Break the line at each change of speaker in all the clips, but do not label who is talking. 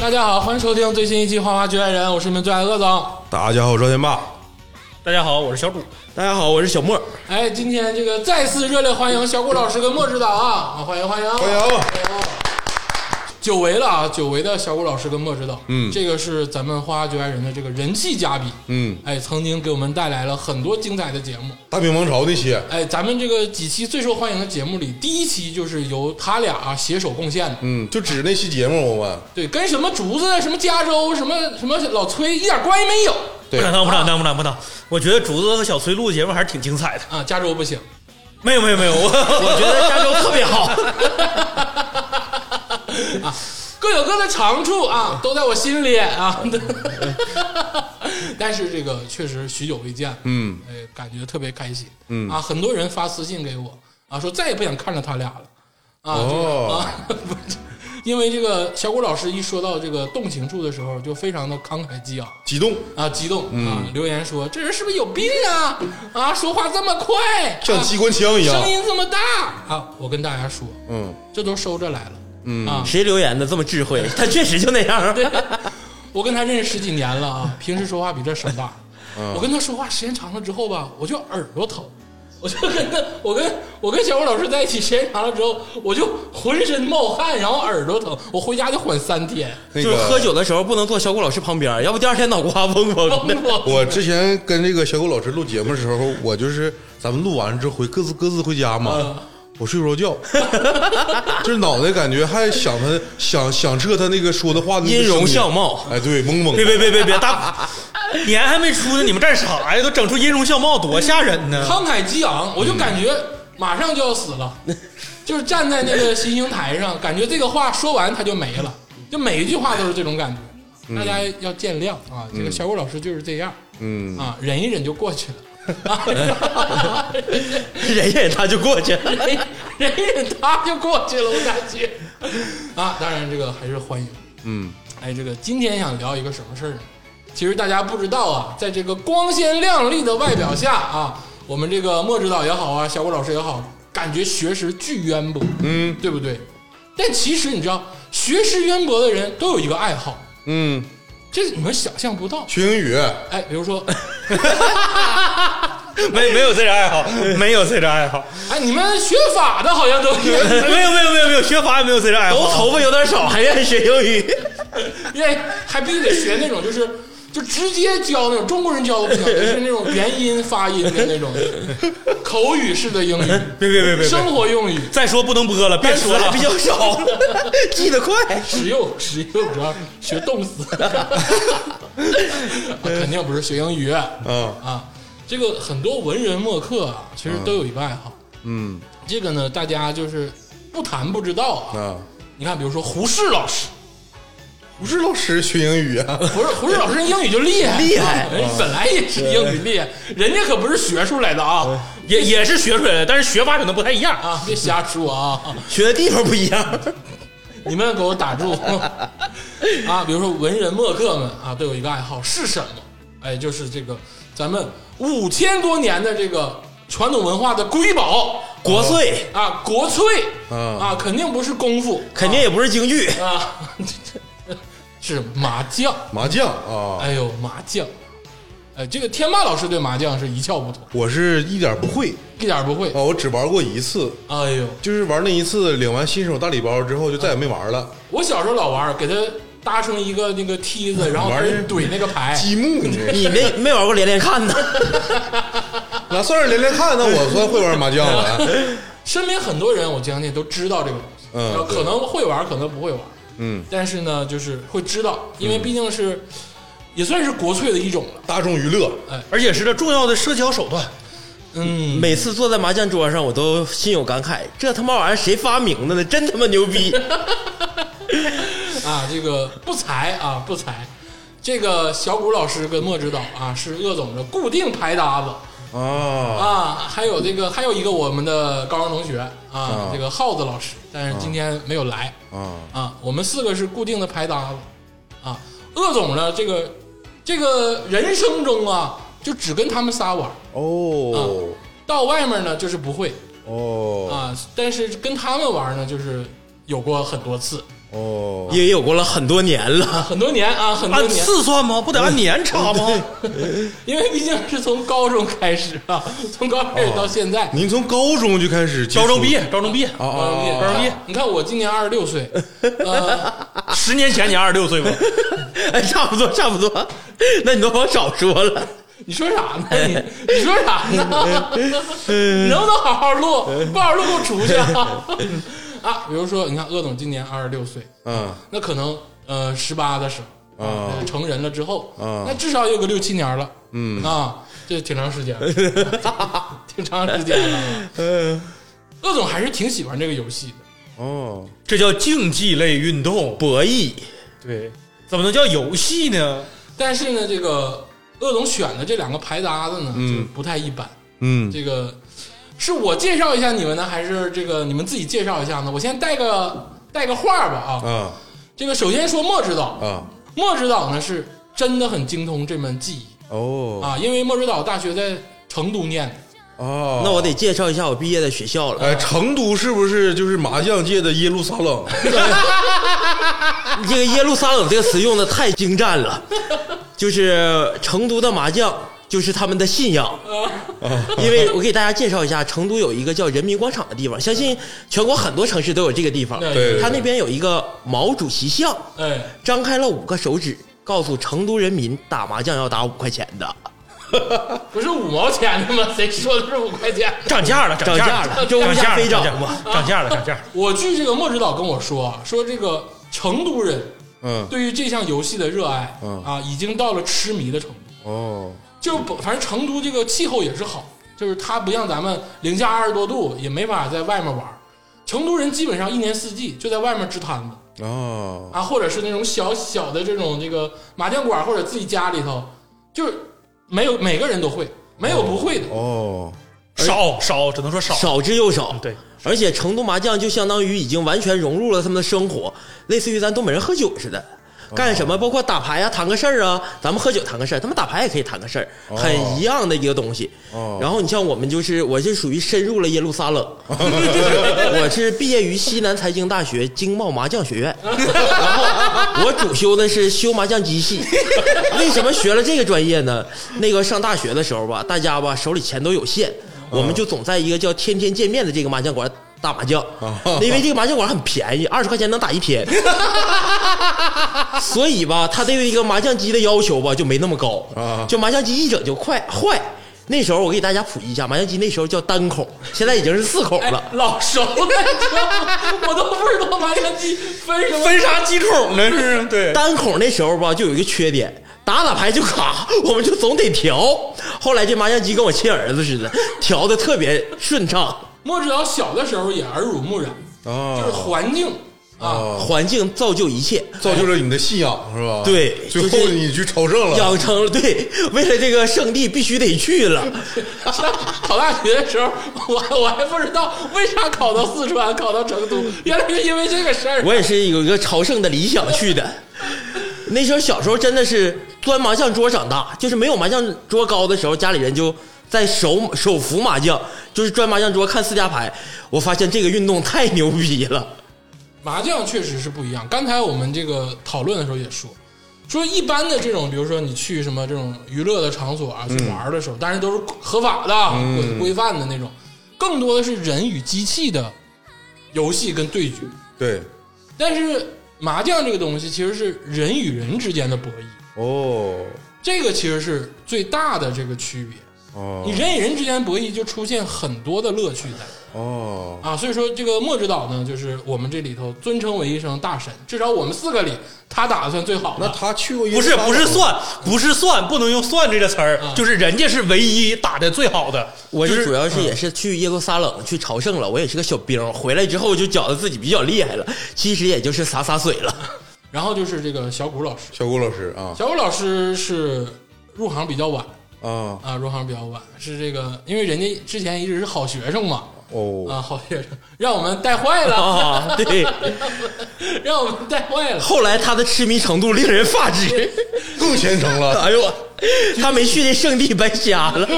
大家好，欢迎收听最新一期《花花局外人》，我是你们最爱的鄂总。
大家好，我是赵天霸。
大家好，我是小谷。
大家好，我是小莫。
哎，今天这个再次热烈欢迎小谷老师跟莫指导啊，啊欢迎欢迎欢
欢迎！
久违了啊，久违的小谷老师跟莫指导，嗯，这个是咱们《花花局外人》的这个人气嘉宾，
嗯，
哎，曾经给我们带来了很多精彩的节目。
大明王朝那期，
哎，咱们这个几期最受欢迎的节目里，第一期就是由他俩、携手贡献的。
嗯，就指那期节目我们。
对，跟什么竹子、什么加州、什么什么老崔一点关系没有
对
不敢当，不敢当，不敢当不敢当。我觉得竹子和小崔录的节目还是挺精彩的。
啊！加州不行，
没有，没有，没有，我我觉得加州特别好。
各有各的长处啊，都在我心里啊。 但是这个确实许久未见，嗯，哎，感觉特别开心，嗯啊，很多人发私信给我啊，说再也不想看着他俩了啊，这个啊，
哦
不是，因为这个小谷老师一说到这个动情处的时候，就非常的慷慨激昂。
激动，
啊，激动啊！留言说这人是不是有病啊？啊，说话这么快，
像机关枪一
啊
样。
声音这么大啊！我跟大家说，
嗯，
这都收着来了。嗯啊，
谁留言的这么智慧？他确实就那样。
我跟他认识十几年了啊，平时说话比这声大。我跟他说话时间长了之后吧，我就耳朵疼。我就跟他，我跟我跟小武老师在一起时间长了之后，我就浑身冒汗，然后耳朵疼，我回家就缓三天。
那
就是
个
喝酒的时候不能坐小谷老师旁边，要不第二天脑瓜嗡嗡的。
我
我之前跟这个小狗老师录节目的时候，我就是咱们录完之后回各自各自回家嘛，
嗯
我睡不 着觉，就是脑袋感觉还想他想想这他那个说的话的那个
音容
声音
笑貌
哎，对，懵懵
别
的。
别别别别，大年还没出呢，你们干啥呀？都整出音容笑貌，多吓人呢！
慷慨激昂，我就感觉马上就要死了， 就是站在那个行刑台上，感觉这个话说完他就没了，就每一句话都是这种感觉。大家要见谅啊，这个小谷老师就是这样，嗯啊，忍一忍就过去了， 啊，
忍一忍他就过去。
忍忍一忍他就过去了，我感觉啊，当然这个还是欢迎。
嗯，
哎，这个今天想聊一个什么事儿呢？其实大家不知道啊，在这个光鲜亮丽的外表下啊，我们这个莫指导也好啊，小谷老师也好，感觉学识巨渊博，嗯，对不对？但其实你知道，学识渊博的人都有一个爱好，
嗯，
这你们想象不到。
学英语，
哎，比如说，
没没有这个爱好，没有这个爱好，
哎，你们学法的好像 都愿
没有没有没有没有，学法也没有这个爱好。都头发有点少，还愿意学英语。
意，还必须得学那种就是。就直接教那种中国人教的不行，就是那种元音发音的那种口语式的英语，
哎别别别别别！
生活用语。
再说不能播了，别说了，比较少， 记得快。
实用实用，主要是学冻 死，肯定不是学英语啊。
啊，
这个很多文人墨客啊，其实都有一个爱好，
嗯
这个呢，大家就是不谈不知道啊。
啊，
你看，比如说胡适老师，
不是老师学英语啊，
胡适胡适老师人英语就厉害，
厉害嗯
啊人本来也是英语厉害，人家可不是学出来的啊
也也是学出来的，但是学法可能不太一样，
啊！别瞎说啊，
学的地方不一样。
你们给我打 住啊！比如说文人墨客们啊，都有一个爱好是什么？哎，就是这个咱们五千多年的这个传统文化的瑰宝
国粹
啊，国粹
啊
嗯
啊，肯定不是功夫，
肯定也不是京剧，
啊， 是麻将。
麻将啊，
哎呦，麻将！哎，这个天霸老师对麻将是一窍不通，
我是一点不会
一点儿不会。
啊，我只玩过一次，
哎呦，
就是玩那一次，领完新手大礼包之后就再也没玩了。
我小时候老玩儿，给他搭成一个那个梯子，然后
玩儿
跟人怼那个牌。
积木，你
你没没玩过连连看呢？
那算是连连看，那我算会玩麻将了。
身边很多人，我将近都知道这个东西，
嗯
然后可能会玩，可能不会玩，
嗯，
但是呢，就是会知道，因为毕竟是、也算是国粹的一种了。
大众娱乐，
而且是个重要的社交手段。
嗯，
每次坐在麻将桌上，我都心有感慨，这他妈玩意儿谁发明的呢？真他妈牛逼！
啊，这个不才啊，不才。这个小谷老师跟莫指导啊，是鄂总的固定牌搭子
啊，
啊，还有这个还有一个我们的高中同学啊，这个耗子老师，但是今天没有来
啊，
啊，我们四个是固定的牌搭子啊。鄂总呢，这个这个人生中啊，就只跟他们仨玩儿，
哦，
到外面呢就是不会
哦，
嗯啊，但是跟他们玩呢，就是有过很多次
哦，
也有过了很多年了。
很多年啊，很多
按
年，
次算吗？不得按年查 吗？
因为毕竟是从高中开始啊， 从高中开始到现在，
您从高中就开始接触
高中毕业，高中毕业，
啊
高中毕业，
啊
高中毕业
你看我今年二十六岁， 呃，
十年前你二十六岁 吧？
哎，差不多，差不多。那你都往少说了。
你说啥呢？你你说啥呢？你能不能好好录？不好好录，给我出去啊！ 啊，比如说，你看鄂总今年二十六岁，
啊
那可能呃十八的时候
啊
呃成人了之后，
啊
那至少有个六七年了，
嗯
啊，这挺长时间了，挺长时间了啊。鄂总还是挺喜欢这个游戏的，
哦，
这叫竞技类运动，
博弈，
对，怎么能叫游戏呢？
但是呢，这个鄂总选的这两个牌搭子呢，
嗯
就不太一般。
嗯
这个是我介绍一下你们呢，还是这个你们自己介绍一下呢？我先带个带个话吧啊。
啊
这个首先说莫指导，
啊
莫指导呢是真的很精通这门技艺
哦
啊，因为莫指导大学在成都念的，
哦，
那我得介绍一下我毕业的学校了。
哎，成都是不是就是麻将界的耶路撒 冷？
这个耶路撒冷这个词用的太精湛了，就是成都的麻将就是他们的信仰。因为我给大家介绍一下，成都有一个叫人民广场的地方，相信全国很多城市都有这个地方。
对
它那边有一个毛主席像，
哎，
张开了五个手指，告诉成都人民打麻将要打五块钱的，
不是五毛钱的吗？谁说的是五块钱？
涨价了，
涨价
价
了，
了，
这物
涨
价
价
飞涨
了
嘛。
涨价了，涨价了。
我据这个莫指导跟我说啊，说这个成都人
嗯
对于这项游戏的热爱、
嗯
啊，已经到了痴迷的程度。
哦
就是不，反正成都这个气候也是好，就是它不像咱们零下二十多度，也没法在外面玩儿。成都人基本上一年四季就在外面支摊子
哦
啊，或者是那种小小的这种这个麻将馆，或者自己家里头，就是没有每个人都会，没有不会的。
哦
少少，只能说少。
少之又少，
对，
而且成都麻将就相当于已经完全融入了他们的生活，类似于咱东北人喝酒似的，
哦
干什么包括打牌呀、谈个事儿啊，咱们喝酒谈个事儿，他们打牌也可以谈个事儿，
哦
很一样的一个东西。
哦
然后你像我们就是，我是属于深入了耶路 撒冷，我是毕业于西南财经大学经贸麻将学院，然后我主修的是修麻将机器。 为什么学了这个专业呢？那个上大学的时候吧，大家吧手里钱都有限，我们就总在一个叫“天天见面”的这个麻将馆打麻将，
哦
因为这个麻将馆很便宜，二十块钱能打 一天。所以吧，他对于一个麻将机的要求吧就没那么高
啊
就麻将机一整就快坏。那时候我给大家普及一下，麻将机那时候叫单孔，现在已经是四孔
哎
了。，
老熟了，你知道吗我都不知道麻将机分什么。
分啥几孔呢？是对，
哎
单孔那时候吧，就有一个缺点，打打牌就卡，我们就总得调。后来这麻将机跟我亲儿子似的，调的特别顺畅，
莫指导小的时候也耳濡目染，就是
哦
环境 啊，
哦，
环境造就一切，
造就了你的信仰是吧？
对
最
就
后
是
你去朝圣了。
养成了对，为了这个圣地必须得去 了。
上考大学的时候，我 我还不知道为啥考到四川，考到成都，原来是因为这个事儿。
我也是有一个朝圣的理想去的。那时候小时候真的是钻麻将桌长大，就是没有麻将桌高的时候，家里人就在手手扶麻将，就是钻麻将桌看四家牌。我发现这个运动太牛逼了。
麻将确实是不一样。刚才我们这个讨论的时候也说，说一般的这种，比如说你去什么这种娱乐的场所啊，去玩的时候，当然都是合法的、规规范的那种，更多的是人与机器的游戏跟对决。
对
但是麻将这个东西其实是人与人之间的博弈，
哦
这个其实是最大的这个区别。你
哦
人与人之间博弈就出现很多的乐趣在
哦
啊，所以说这个莫指导呢，就是我们这里头尊称为一声大神，至少我们四个里他打的算最好
那
的。
他去过耶
不
路
是
撒冷
不是算不是算，不能用算这个词儿
啊，
就是人家是唯一打的最好的。
我
就是
主要是也是去耶路撒冷去朝圣了，我也是个小兵，回来之后就觉得自己比较厉害了，其实也就是洒洒水了。
然后就是这个小谷老师，
小郭老师啊
小谷老师是入行比较晚
啊
啊，入行比较晚是这个，因为人家之前一直是好学生嘛
哦
啊，好学生让我们带坏 了，
啊， 对，
让我们带坏了。
后来他的痴迷程度令人发指。
更虔诚了
哎呦，我，他没去那圣地白瞎了。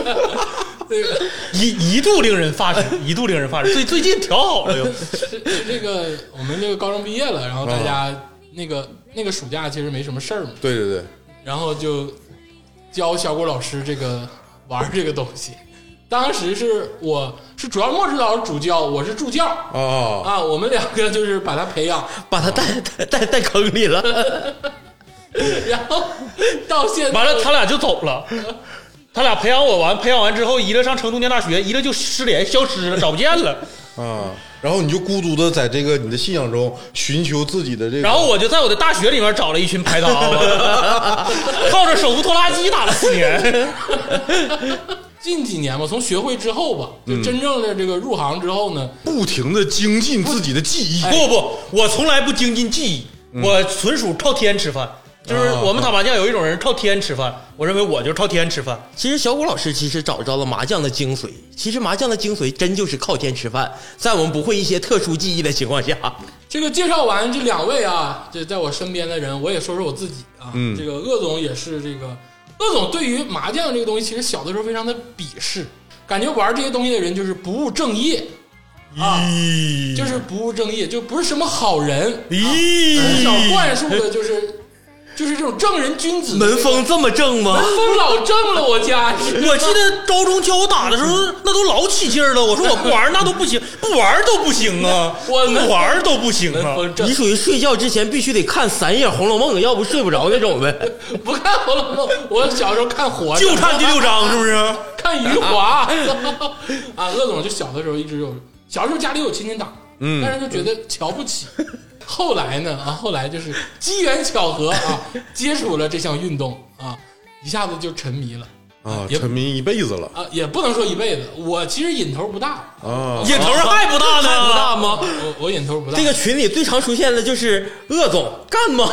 那个
一一度令人发指，一度令人发指。最最近调好了又，
这个我们这个高中毕业了，然后
啊
大家那个那个暑假其实没什么事儿嘛，
对对对，
然后就教小郭老师这个玩儿这个东西。当时是我是主要莫指导是主教，我是助教
啊，
啊，我们两个就是把他培养，
把他带带带带坑里了。
然后到现在
完了他俩就走了。他俩培养我完，培养完之后，一个上成都念大学，一个就失联消失了，找不见了。
啊，然后你就孤独的在这个你的信仰中寻求自己的这个，
然后我就在我的大学里面找了一群排档，靠着手无拖拉机打了四年。
近几年吧，从学会之后吧，
嗯
就真正的这个入行之后呢，
不停的精进自己的技艺，
不不，我从来不精进技艺，我纯属靠天吃饭。就是我们打麻将有一种人靠天吃饭，我认为我就是靠天吃饭。
其实小谷老师其实找着了麻将的精髓。其实麻将的精髓真就是靠天吃饭，在我们不会一些特殊技艺的情况下，
这个介绍完这两位啊，这在我身边的人，我也说说我自己啊。
嗯
这个鄂总也是这个，鄂总对于麻将这个东西，其实小的时候非常的鄙视，感觉玩这些东西的人就是不务正业啊，
咦
就是不务正业，就不是什么好人，
咦，
从小灌输的就是 就是这种正人君子，
门风这么正吗？
风老正了，我家是。
我记得高中教我打的时候，那都老起劲儿了。我说我不玩儿那都不行，不玩儿都不行啊，
我
不玩儿都不行
门
啊。
风正
你，属于睡觉之前必须得看三页《红楼梦》，要不睡不着那种呗。
不看《红楼梦》，我小时候看活着，
就 看第六章是不是？
看余 华啊，鄂总就小的时候一直有，小时候家里有亲戚党，嗯，但是就觉得瞧不起。后来呢啊，后来就是机缘巧合啊，接触了这项运动啊，一下子就沉迷了
啊，
也
沉迷一辈子了
啊，也不能说一辈子，我其实瘾头不大，
啊，
瘾头还不大呢，
看不大吗？
我我瘾头不大。
这个群里最常出现的就是鄂总干吗？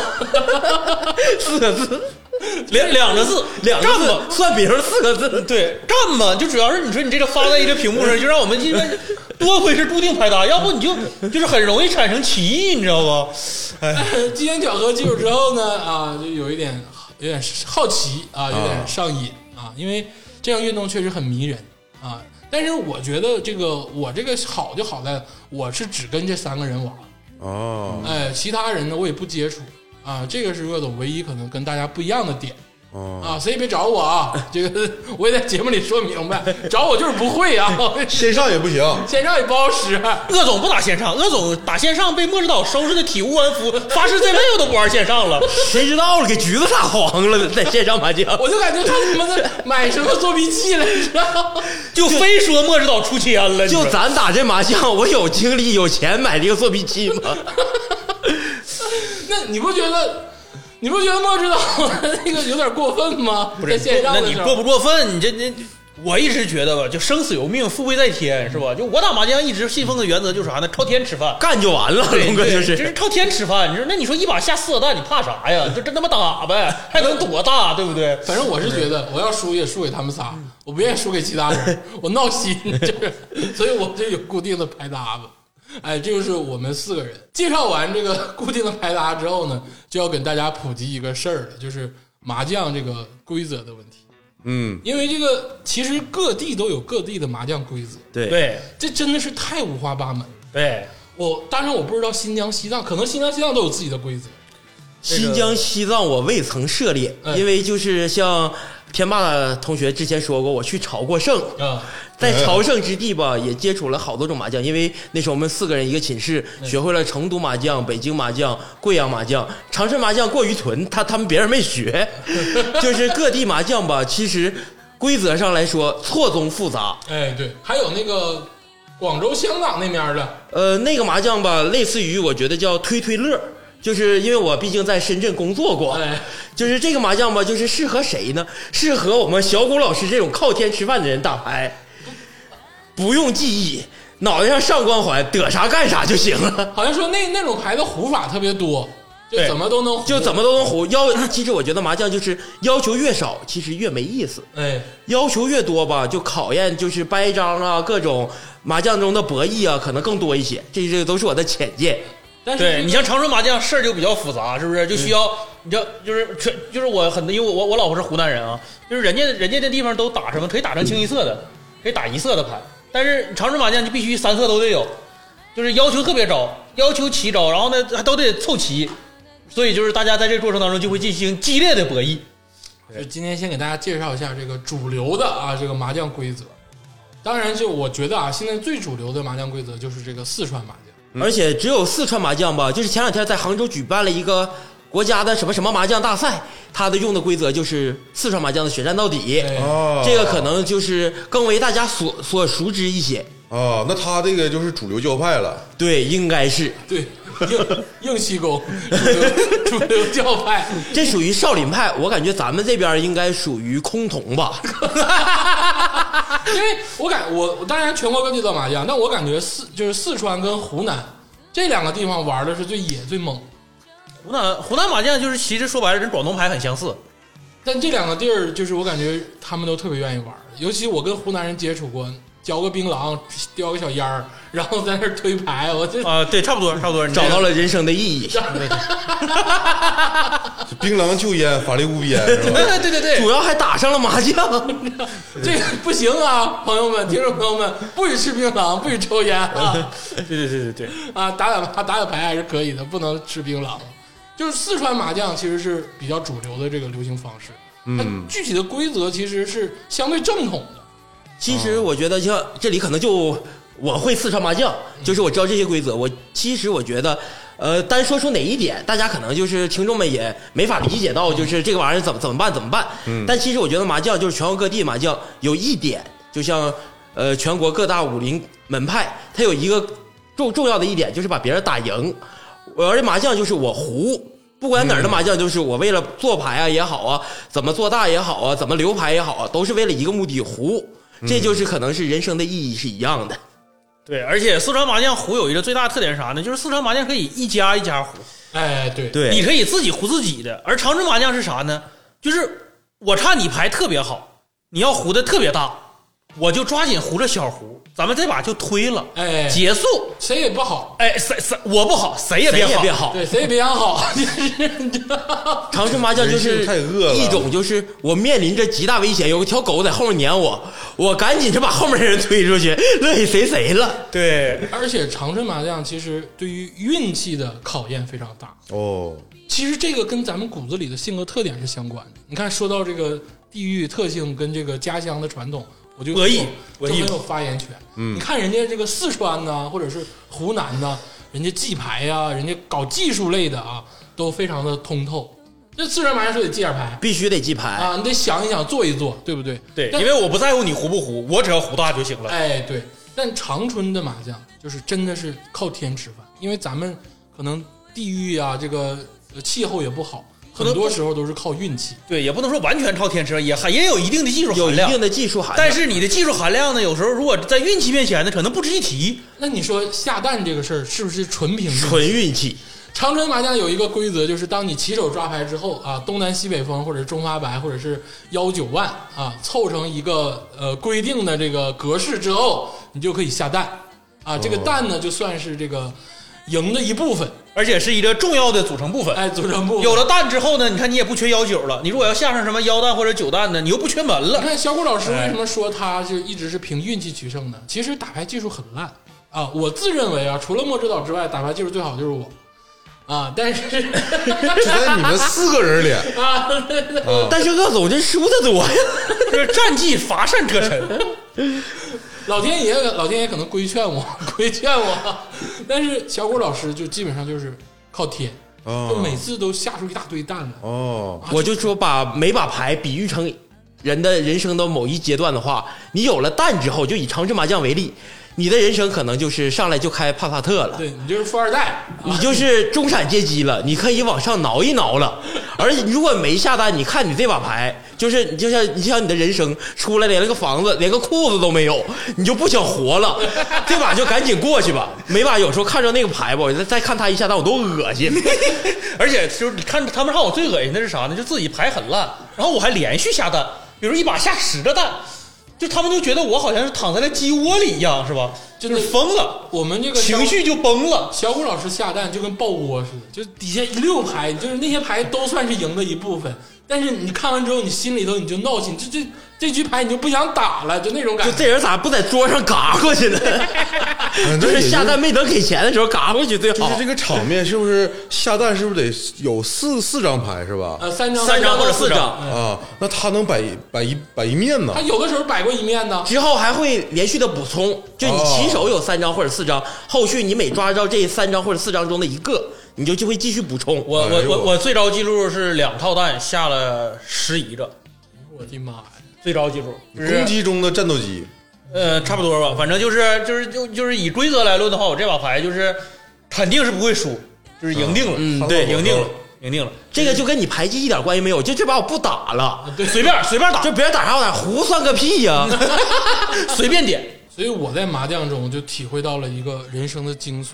四个字，
两两个字，
两个
干
字
吧，
算别人四个字，
对，干吧，就主要是你说你这个发在一个屏幕上，就让我们因为多亏是注定拍打，要不你就就是很容易产生歧义，你知道吧？哎，
机缘巧合接触之后呢，啊，就有一点有点好奇啊，有点上瘾啊，因为这项运动确实很迷人啊。但是我觉得这个我这个好就好在我是只跟这三个人玩，
啊
哎，其他人呢我也不接触啊，这个是鄂总唯一可能跟大家不一样的点。
啊，
啊，谁也别找我啊！ 这个我也在节目里说明白，找我就是不会啊，
线上也不行，
线上也不好使。
鄂总不打线上，鄂总打线上被末日岛收拾的体无完肤，发誓这辈子都不玩线上 了。
谁知道了给橘子打黄了，在线上麻将。
我就感觉他他妈的买什么作弊器了，你知道吗？
就非说末日岛出千了，你
就
说
咱打这麻将，我有精力有钱买这个作弊器吗？
那你不觉得，你不觉得莫指导那个有点过分吗？
不
在
是
线上
那
的
你
时候
过不过分？你这这，我一直觉得吧，就生死由命，富贵在天，是吧？就我打麻将一直信奉的原则就是啥呢？靠天吃饭。
干就完了，
对
龙哥就
对这是
是。
靠天吃饭。你说那你说一把下四个蛋，你怕啥呀？你就真他妈打 呗，还能多大，对不对？
反正我是觉得，我要输也输给他们仨，我不愿意输给其他 人，我闹心，就是，所以我就有固定的牌搭子。哎，这就是我们四个人介绍完这个固定的牌搭之后呢，就要给大家普及一个事儿了，就是麻将这个规则的问题。
嗯，
因为这个其实各地都有各地的麻将规则，
对，
对
这真的是太五花八门了。
对，
我当然我不知道新疆、西藏，可能新疆、西藏都有自己的规则。
新疆、西藏我未曾涉猎，
哎
因为就是像天霸同学之前说过，我去朝过圣，
啊，
在朝圣之地吧，也接触了好多种麻将。因为那时候我们四个人一个寝室，
哎
学会了成都麻将、北京麻将、贵阳麻将、长春麻将、过于屯，他他们别人 没学，就是各地麻将吧，其实规则上来说错综复杂。
哎，对，还有那个广州、香港那边的，
呃，那个麻将吧，类似于我觉得叫推推乐，就是因为我毕竟在深圳工作过，
哎，
就是这个麻将吧，就是适合谁呢？适合我们小谷老师这种靠天吃饭的人打牌，不用记忆，脑袋上上光环，得啥干啥就行了，
好像说那那种牌的胡法特别多，就
对
怎么都能胡
就怎么都能胡。要其实我觉得麻将就是要求越少，其实越没意思。
哎，
要求越多吧，就考验就是掰张啊，各种麻将中的博弈啊，可能更多一些。这这都是我的浅见。
但是
对你像长春麻将事儿就比较复杂，是不是？就需要你知道，就是全就是我很因为我我我老婆是湖南人啊，就是人家人家那地方都打什么可以打成清一色的，可以打一色的牌，但是长治麻将就必须三色都得有，就是要求特别高，要求齐招，然后呢还都得凑齐，所以就是大家在这个过程当中就会进行激烈的博弈。
就今天先给大家介绍一下这个主流的啊这个麻将规则。当然，就我觉得啊，现在最主流的麻将规则就是这个四川麻将。
而且只有四川麻将吧，就是前两天在杭州举办了一个国家的什么什么麻将大赛，它的用的规则就是四川麻将的血战到底，
哎
啊，
哦
这个可能就是更为大家所所熟知一些。
啊，那他这个就是主流教派了，
对，应该是
对，硬硬气功，主流 主流教派。
这属于少林派，我感觉咱们这边应该属于崆峒吧。
因为我感我我当然全国各地都有麻将，但我感觉四就是四川跟湖南这两个地方玩的是最野最猛，
湖南湖南麻将就是其实说白了跟广东牌很相似，
但这两个地儿就是我感觉他们都特别愿意玩，尤其我跟湖南人接触过，嚼个槟榔，叼个小烟儿，然后在那儿推牌，我这
啊、对，差不多差不多，
找到了人生的意义。
槟榔就烟，法力无边，是吧？
对对对对，
主要还打上了麻将，
这个不行啊，朋友们、听众朋友们，不许吃槟榔，不许抽烟 啊！
对对对对对，
啊，打打牌打打牌还是可以的，不能吃槟榔。就是四川麻将其实是比较主流的这个流行方式，嗯，具体的规则其实是相对正统的。
其实我觉得像这里可能就我会四川麻将，就是我知道这些规则。我其实我觉得，呃，单说出哪一点，大家可能就是听众们也没法理解到，就是这个玩意儿怎么怎么办怎么办。但其实我觉得麻将就是全国各地麻将有一点，就像呃全国各大武林门派，它有一个重重要的一点就是把别人打赢。我玩这麻将就是我胡，不管哪儿的麻将，就是我为了做牌啊也好啊，怎么做大也好啊，怎么留牌也好啊，都是为了一个目的胡。这就是可能是人生的意义是一样的。
对，而且四川麻将胡有一个最大特点是啥呢？就是四川麻将可以一家一家胡，
哎，对，
对
你可以自己胡自己的。而长治麻将是啥呢？就是我看你牌特别好，你要胡的特别大，我就抓紧胡着小胡，咱们这把就推了，
哎
结束。
谁也不好，
哎，谁谁我不好，谁也
谁
别
也
好，
别好，
对，谁也别想好， 就是你知道 吗
长生麻将就是
人性太恶了
一种就是我面临着极大危险，有一条狗在后面撵我，我赶紧就把后面的人推出去， 乐意谁谁了。
对，
而且长春麻将其实对于运气的考验非常大。
哦，
其实这个跟咱们骨子里的性格特点是相关的。你看，说到这个地域特性跟这个家乡的传统，我就
博弈
就
博弈
很有发言权。嗯，你看人家这个四川呐、或者是湖南呐、人家记牌呀、人家搞技术类的啊，都非常的通透。这四川麻将说得记点牌
必须得记牌，
啊，你得想一想，做一做，对不对？
对，
但
因为我不在乎你胡不胡，我只要胡大就行了。
哎，对。但长春的麻将就是真的是靠天吃饭，因为咱们可能地域啊，这个呃气候也不好，
能
很多时候都是靠运气。
对，也不能说完全靠天吃，也还也有一定的技术
有
含
一
量
定。的技术含量。
但是你的技术含量呢，有时候如果在运气面前呢，可能不值一提。
那你说下蛋这个事儿是不是纯凭运气？
纯运气，
长春麻将有一个规则，就是当你起手抓牌之后啊，东南西北风或者是中发白或者是幺九万啊，凑成一个呃规定的这个格式之后，你就可以下蛋啊。这个蛋呢，就算是这个赢的一部分，
而且是一个重要的组成部分。
哎，组成部分。
有了蛋之后呢，你看你也不缺幺九了。你如果要下上什么幺蛋或者九蛋呢，你又不缺门
你
了。
看小谷老师为什么说他是一直是凭运气取胜呢？其实打牌技术很烂啊，我自认为啊，除了莫指导之外，打牌技术最好就是我啊，但是
就在你们四个人里，
啊。
但是鄂总这输的多呀，
就是战绩乏善可陈。
老天爷，老天爷可能规劝我，规劝我，但是小谷老师就基本上就是靠天，
啊
就每次都下出一大堆蛋来。啊
哦，
我就说把每把牌比喻成人的人生的某一阶段的话，你有了蛋之后，就以长治麻将为例，你的人生可能就是上来就开帕萨特了。
对你就是富二代，啊
你就是中产阶级了，你可以往上挠一挠了。而你如果没下单，你看你这把牌，就是你就像你像你的人生出来连了个房子，连个裤子都没有，你就不想活了。这把就赶紧过去吧。每把有时候看着那个牌吧，我再再看他一下单，我都恶心。
而且就是你看他们让我最恶心的是啥呢？就自己牌很烂，然后我还连续下蛋，比如一把下十个蛋，就他们就觉得我好像是躺在了鸡窝里一样，是吧？
就
就是
那
疯了，
我们这个
情绪就崩了。
小谷老师下蛋就跟爆窝似的，就是底下一溜牌，就是那些牌都算是赢的一部分，但是你看完之后，你心里头你就闹心，这这这局牌你就不想打了，就那种感
就
觉。
这人咋不在桌上嘎过去呢？
哎
就
那也
是
是
下蛋没等给钱的时候嘎过去最
就
好
是。这个场面是不是下蛋是不是得有四四张牌是吧？
呃，三张、
三张或者四
四
张，
啊，那他能摆一摆一摆一面呢
他？有的时候摆过一面呢。
之后还会连续的补充，就你
哦
起手有三张或者四张，后续你每抓到这三张或者四张中的一个，你就就会继续补充。
我
哎
我
呦
我我最高记录是两套蛋下了十一个，
我的妈呀！
最高记录。就是
攻击中的战斗机，
呃，差不多吧，反正就是就是就就是以规则来论的话，我这把牌就是肯定是不会输，就是赢定了，
嗯
差
对，
不多
赢定了，赢定了，
这个就跟你排技一点关系没有，就这把我不打了，
随便随便打，
就别人打啥我打，胡算个屁呀、
随便点，
所以我在麻将中就体会到了一个人生的精髓，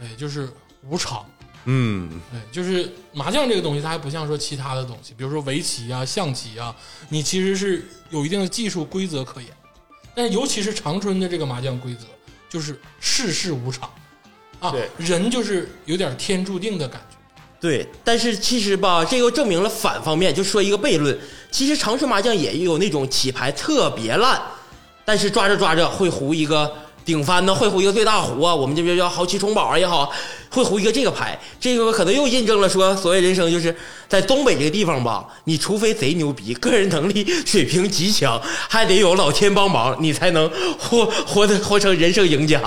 哎，就是无常。
嗯，
哎，就是麻将这个东西，它还不像说其他的东西，比如说围棋啊、象棋啊，你其实是有一定的技术规则可言。但是尤其是长春的这个麻将规则，就是世事无常啊
对，
人就是有点天注定的感觉。
对，但是其实吧，这又证明了反方面。就说一个悖论，其实长春麻将也有那种起牌特别烂，但是抓着抓着会胡一个顶翻呢，会胡一个最大胡啊，我们这边叫豪气冲宝啊也好，会胡一个这个牌，这个可能又印证了说，所谓人生就是在东北这个地方吧，你除非贼牛逼，个人能力水平极强，还得有老天帮忙，你才能活活得活成人生赢 家。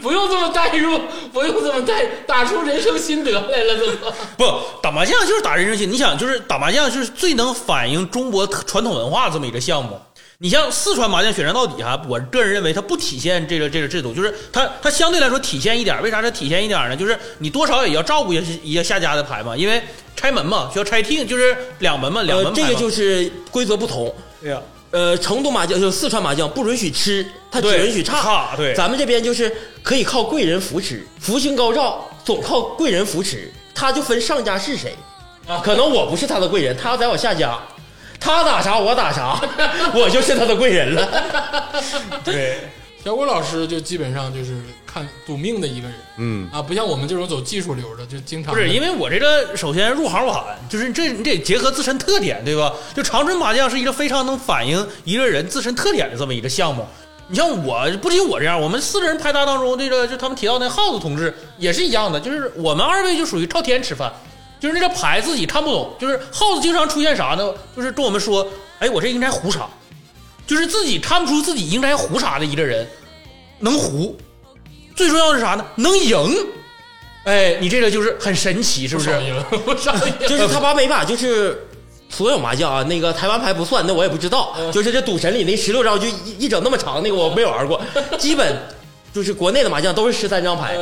不用这么代入，不用这么代，打出人生心得来了，怎么？
不打麻将就是打人生性，你想就是打麻将就是最能反映中国特传统文化这么一个项目。你像四川麻将血战到底哈、我个人认为它不体现这个这个制度，就是它它相对来说体现一点儿。为啥它体现一点儿呢？就是你多少也要照顾一下一下下家的牌嘛，因为拆门嘛，需要拆听，就是两门嘛，两门
呃，
牌
这
嘛、
个就是规则不同，
对呀、
呃，成都麻将就是四川麻将不允许吃，它只
对
允许差。
差对
咱们这边就是可以靠贵人扶持，福星高照，总靠贵人扶持。他就分上家是谁，
啊
可能我不是他的贵人，他要在我下家，他打啥我打啥， 我就是他的贵人了。
对，
小郭老师就基本上就是看赌命的一个人，
嗯
啊，不像我们这种走技术流的，就经常
不是因
为
为我这个首先入行晚，就是这你得结合自身特点，对吧？就长春麻将是一个非常能反映一个人自身特点的这么一个项目。你像我，不仅我这样，我们四个人拍搭当中，这个就他们提到那耗子同志也是一样的，就是我们二位就属于靠天吃饭，就是那个牌自己看不懂，就是耗子经常出现啥呢？就是跟我们说，哎，我这应该胡啥，就是自己看不出自己应该胡啥的一个人，能胡，最重要的是啥呢？能赢。哎，你这个就是很神奇，是
不
不是？
少赢， 不少 赢，
就是他把每把就是。所有麻将啊，那个台湾牌不算，那我也不知道。就是这赌神里那十六张，就一一整那么长，那个我没玩过。基本就是国内的麻将都是十三张牌，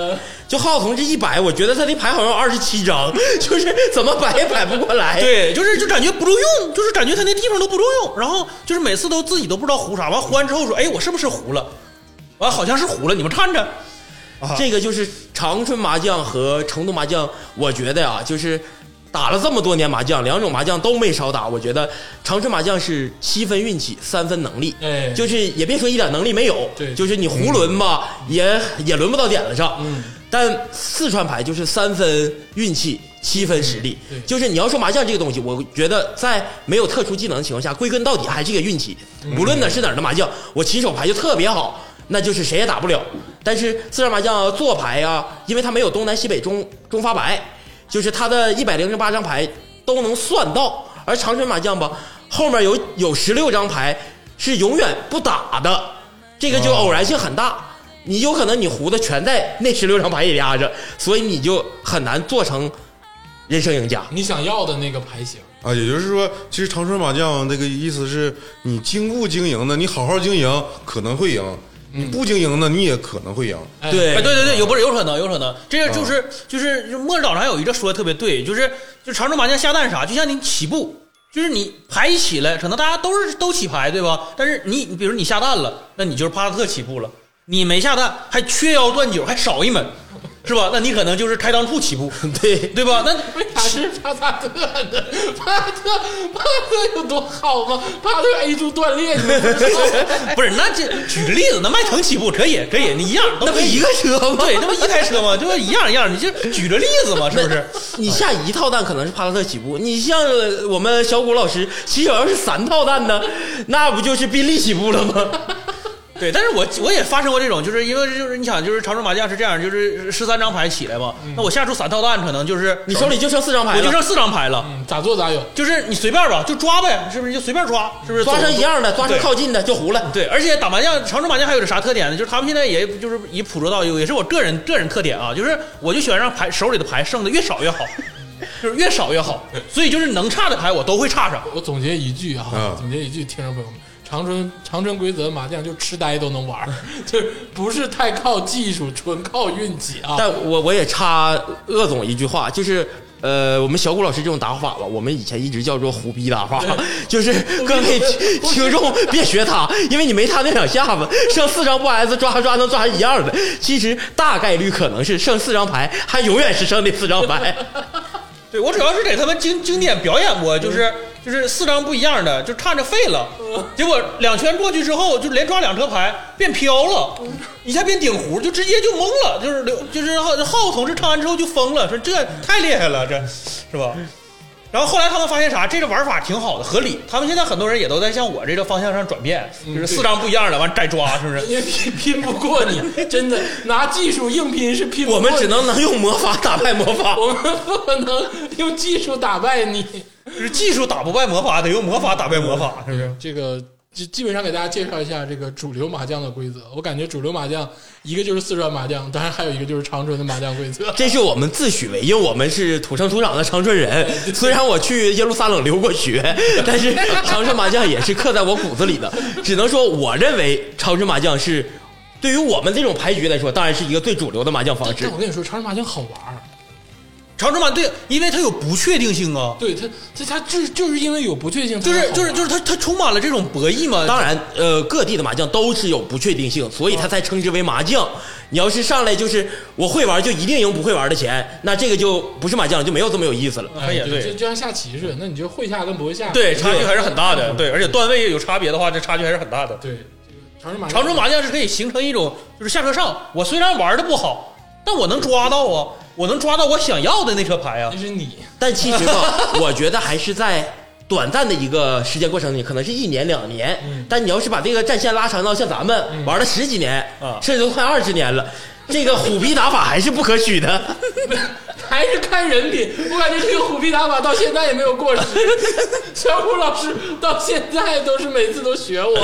就浩同志一摆，我觉得他那牌好像有二十七张， 就是怎么摆也摆不过来。
对，就是就感觉不够用，就是感觉他那地方都不够用，然后就是每次都自己都不知道胡啥，完胡完之后说，哎，我是不是胡了？完好像是胡了，你们看着，
这个就是长春麻将和成都麻将，我觉得啊，就是打了这么多年麻将，两种麻将都没少打。我觉得长春麻将是七分运气，三分能力。
哎，
就是也别说一点能力没有，
对
就是你胡轮吧，也也轮不到点子上。
嗯，
但四川牌就是三分运气，七分实力。
嗯对
就是你要说麻将这个东西，我觉得在没有特殊技能的情况下，归根到底还是个运气。无论哪是哪儿的麻将，我起手牌就特别好，那就是谁也打不了。但是四川麻将做牌啊，因为它没有东南西北中中发白，就是它的一百零八张牌都能算到，而长春麻将吧，后面有有十六张牌是永远不打的，这个就偶然性很大。你有可能你胡的全在那十六张牌里压着，所以你就很难做成人生赢家。
你想要的那个牌型，
啊，也就是说，其实长春麻将这个意思是你经不经营的，你好好经营可能会赢，你不经营的你也可能会赢。
哎
对
哎，对对对，有不是有可能，有可能，这个
啊
就是就是就是末日岛上有一个说的特别对，就是就长春麻将下蛋啥，就像你起步，就是你牌一起来，可能大家都是都起牌，对吧？但是你你比如你下蛋了，那你就是帕萨特起步了，你没下蛋还缺腰断九，还少一门，是吧？那你可能就是开裆裤起步，
对，
对 吧？那
为啥是 帕萨特呢？ 帕萨特帕萨特有多好吗？帕萨特 A 柱断裂，你们不知道吗
不是，那这举个例子，那迈腾起步可以，可以，你一样，那
那不一个车 吗？
对，那不一台车吗？就是一样一样，你就举个例子嘛，是不是？
你下一套蛋可能是帕萨特起步，你像我们小谷老师，起脚要是三套蛋呢，那不就是宾利起步了吗？
对，但是我我也发生过这种，就是因为就是你想，就是长城麻将是这样，就是十三张牌起来嘛，那我下出三套蛋，可能就是
嗯你手里就剩四张牌
我就
了，
剩四张牌了，
嗯咋做咋有。
就是你随便吧，就抓呗，是不是？你就随便抓，是不是？
抓成
走
一样的，抓成
对
靠近的就糊了。
对，而且打麻将，常州麻将还有点啥特点呢？就是他们现在也就是以捕捉到有，也是我个人个人特点啊，就是我就喜欢让牌手里的牌剩的越少越好， 就是越少越好，所以就是能差的牌我都会差上。
我总结一句啊
嗯，
总结一句，听众朋友们。长春长春规则麻将就痴呆都能玩儿， 就是不是太靠技术，纯靠运气啊。
但我我也插鄂总一句话，就是。呃，我们小谷老师这种打法吧，我们以前一直叫做“虎逼打法”，就是各位听听众别学他，因为你没他那两下子，剩四张不 S 抓抓能抓一样的。其实大概率可能是剩四张牌，还永远是剩那四张牌。
对我主要是给他们经经典表演过，就是就是四张不一样的，就看着废了， 结果两圈过去之后，就连抓两车牌变飘了，一下变顶胡，就直接就懵了，就是刘就是浩浩同志唱完之后就疯了，说这太厉害了，这是吧？然后后来他们发现啥？这个玩法挺好的，合理。他们现在很多人也都在向我这个方向上转变，就是四张不一样的，完再抓，是不是？
因为拼拼不过你，真的拿技术硬拼是拼不
我
过你。
们只能能用魔法打败魔法。
我们不能用技术打败你。
就是技术打不败魔法，得用魔法打败魔法，是不是？
这个基基本上给大家介绍一下这个主流麻将的规则。我感觉主流麻将一个就是四川麻将，当然还有一个就是长春的麻将规则。
这是我们自诩为，因为我们是土生土长的长春人。虽然我去耶路撒冷留过学，但是长春麻将也是刻在我骨子里的。只能说，我认为长春麻将是对于我们这种牌局来说，当然是一个最主流的麻将方式
但我。跟你说，长春麻将好玩儿，
哦长春版对，因为它有不确定性啊。
对它它它就就是因为有不确定性，
就是
它才好玩
就是就是它它充满了这种博弈嘛。
当然，呃，各地的麻将都是有不确定性，所以它才称之为麻将。你要是上来就是我会玩就一定赢不会玩的钱，那这个就不是麻将，就没有这么有意思了。
哎
哎
呀
就
对
就就像下棋似
嗯
的，那你就会下跟不会下，
对差距还是很大的，对，而且段位有差别的话，这差距还是很大的。
对。这个长春麻
长
将
春麻将是可以形成一种就是下车上，我虽然玩的不好，但我能抓到啊，我能抓到我想要的那车牌啊
那。是你，
但其实吧， 我觉得还是在短暂的一个时间过程里，可能是一年两年。
嗯
但你要是把这个战线拉长到像咱们、玩了十几年，
啊
甚至都快二十年 了，这个虎逼打法还是不可取的。
还是看人品。我感觉这个虎皮打法到现在也没有过时，小虎老师到现在都是每次都学我，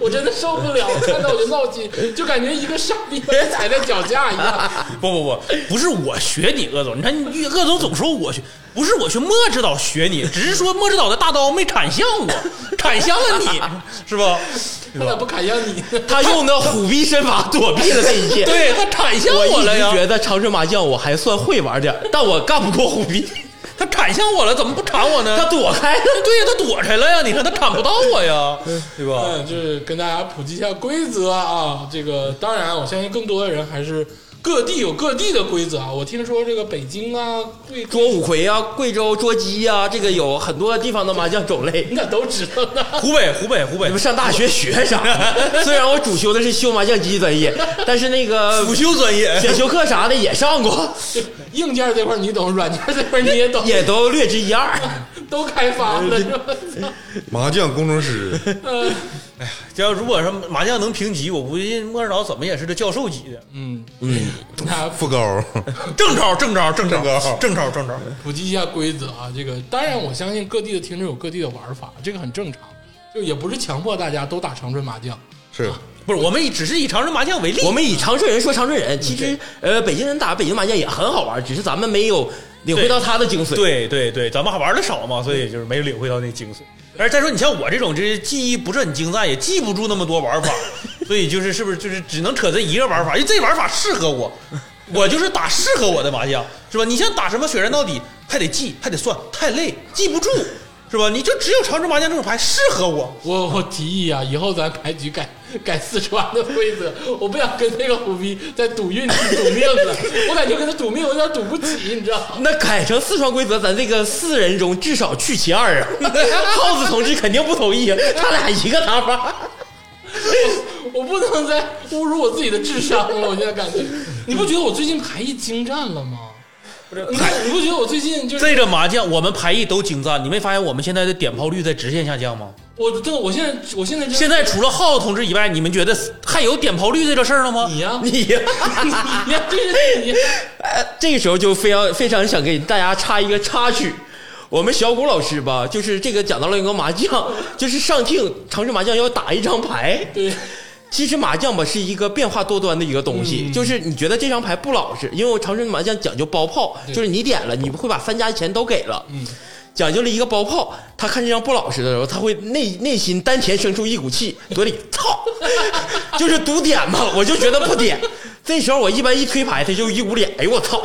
我真的受不了，看到我就闹心，就感觉一个傻逼被踩在脚下一样。
不不不，不是我学你鄂总，你看你鄂总总说我学，不是我学莫指导学你，只是说莫指导的大刀没砍向我，砍向了你， 是吧？
他咋不砍向你 呢？
他用的虎逼身法躲避了这一切。
对他砍向
我一
了
直
呀，
觉得长春麻将我还算会玩点儿，但我干不过虎逼，
他砍向我了，怎么不砍我呢？
他躲开了。
对呀，他躲开了呀，你看他砍不到我 呀，对吧？
嗯，就是跟大家普及一下规则啊。这个当然，我相信更多的人还是各地有各地的规则啊。我听说这个北京啊、贵州，
捉五魁啊，贵州捉鸡啊，这个有很多地方的麻将种类。
你咋都知道呢？
湖北，湖北，湖北
你们，上大学学啥？ 虽然我主修的是修麻将机专业，但是那个
辅修专业，
选修课啥的也上过，
就硬件这块你懂，软件这块你也懂，
也都略知一二。
都开发了是吧？
麻将工程师，
这要如果说麻将能评级，我估计莫指导怎么也是个教授级的。
嗯，
嗯，
跟大家
副高，
正招，正招，正
正
招，
招
正招，正招。
普及一下规则啊。这个当然，我相信各地的听众有各地的玩法，这个很正常。就也不是强迫大家都打长春麻将，
是
不是，我们以只是以长春麻将为例，
我们以长春人说长春人，其实呃，北京人打北京麻将也很好玩，只是咱们没有领会到它的精髓。
对对对，咱们还玩的少嘛，所以就是没有领会到那精髓。而再说，你像我这种，这记忆不是很精湛，也记不住那么多玩法，所以就是是不是就是只能扯这一个玩法，因为这玩法适合我，我就是打适合我的麻将，是吧？你像打什么血战到底，还得记，还得算，太累，记不住，是吧？你就只有长春麻将这种牌适合我，
我我提议啊，以后咱牌局改 改四川的规则，我不想跟那个虎逼再赌运气、赌命了，我感觉跟他赌命有点赌不起，你知道吗？
那改成四川规则，咱这个四人中至少去其二啊！ 耗子同志肯定不同意，啊他俩一个打法。
我不能再侮辱我自己的智商了，我现在感觉，你不觉得我最近排异精湛了吗？不是，你看你不觉得我最近就是
这个麻将，我们排艺都精湛，你没发现我们现在的点炮率在直线下降吗？
我真的，我现在我现在真的
现在除了浩同志以外，你们觉得还有点炮率这个事儿了吗？
你呀、
你呀、
你呀、啊就是你呀、
呃这个时候就非常非常想给大家插一个插曲。我们小谷老师吧，就是这个讲到了一个麻将，就是上厅长治麻将要打一张牌。
对。
其实麻将吧是一个变化多端的一个东西，
嗯
就是你觉得这张牌不老实，因为我长春麻将讲究包炮，
对
就是你点了，你会把三家钱都给了，
嗯
讲究了一个包炮。他看这张不老实的时候，他会内内心丹田生出一股气，嘴里 操，就是赌点嘛，我就觉得不点。这时候我一般一推牌，他就一捂脸，哎呦我操，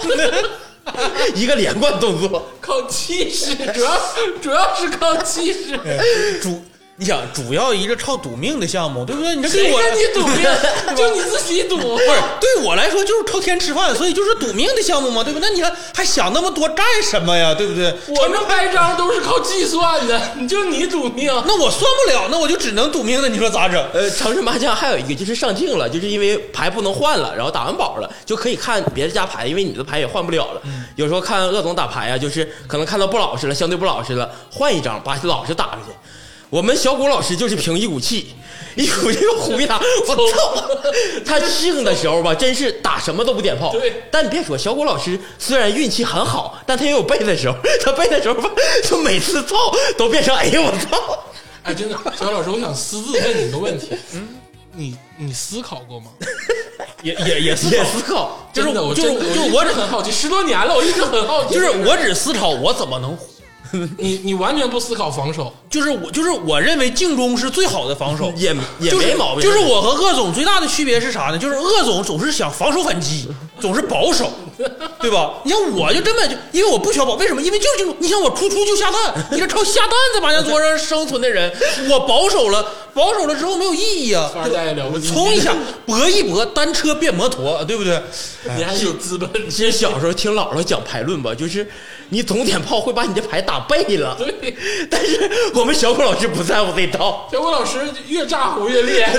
一个连贯动作。
靠气势，主要主要是靠气势。
主，你想主要一个靠赌命的项目，对不对？你这对
谁
我
跟你赌命？就你自己赌。不
不是对我来说就是靠天吃饭，所以就是赌命的项目嘛，对不对？那你还还想那么多干什么呀？对不对？
我们拍张都是靠计算的，你就你啊赌命。
那我算不了，那我就只能赌命了，你说咋整？
呃，长春麻将还有一个就是上镜了，就是因为牌不能换了，然后打完宝了就可以看别人家牌，因为你的牌也换不了了。
嗯
有时候看鄂总打牌啊，就是可能看到不老实了，相对不老实了，换一张把老实打出去。我们小谷老师就是凭一股气，一股就 胡一打，我操！他兴的时候吧，真是打什么都不点炮。
对
但你别说，小谷老师虽然运气很好，但他也有背的时候，他背的时候吧，就每次操都变成哎呦我操！
哎，真的，小老师，我想私自问你一个问题。嗯，你你思考过吗？
也也也思
也
考，
思考。
就是
真的我
就是
真的
就是
我
我
一直很好奇，十多年了，我一直很好奇。
就是我只思考我怎么能活。
你你完全不思考防守，
就是我，就是我认为进攻是最好的防守，
也也
就是
没毛病。
就是我和鄂总最大的区别是啥呢？就是鄂总总是想防守反击，总是保守，对吧？你像我就根本就，因为我不需要保，为什么？因为就是这种你像我突出就下蛋，你这靠下蛋在麻将桌上生存的人，我保守了，保守了之后没有意义啊。
富二代了不起，
冲一下，搏一搏，单车变摩托，对不对？
哎
你还有资本。
其实小时候听姥姥讲牌论吧，就是你总点炮会把你的牌打背了。
对，
但是我们小虎老师不在乎这套，
小郭老师越炸胡越 厉害。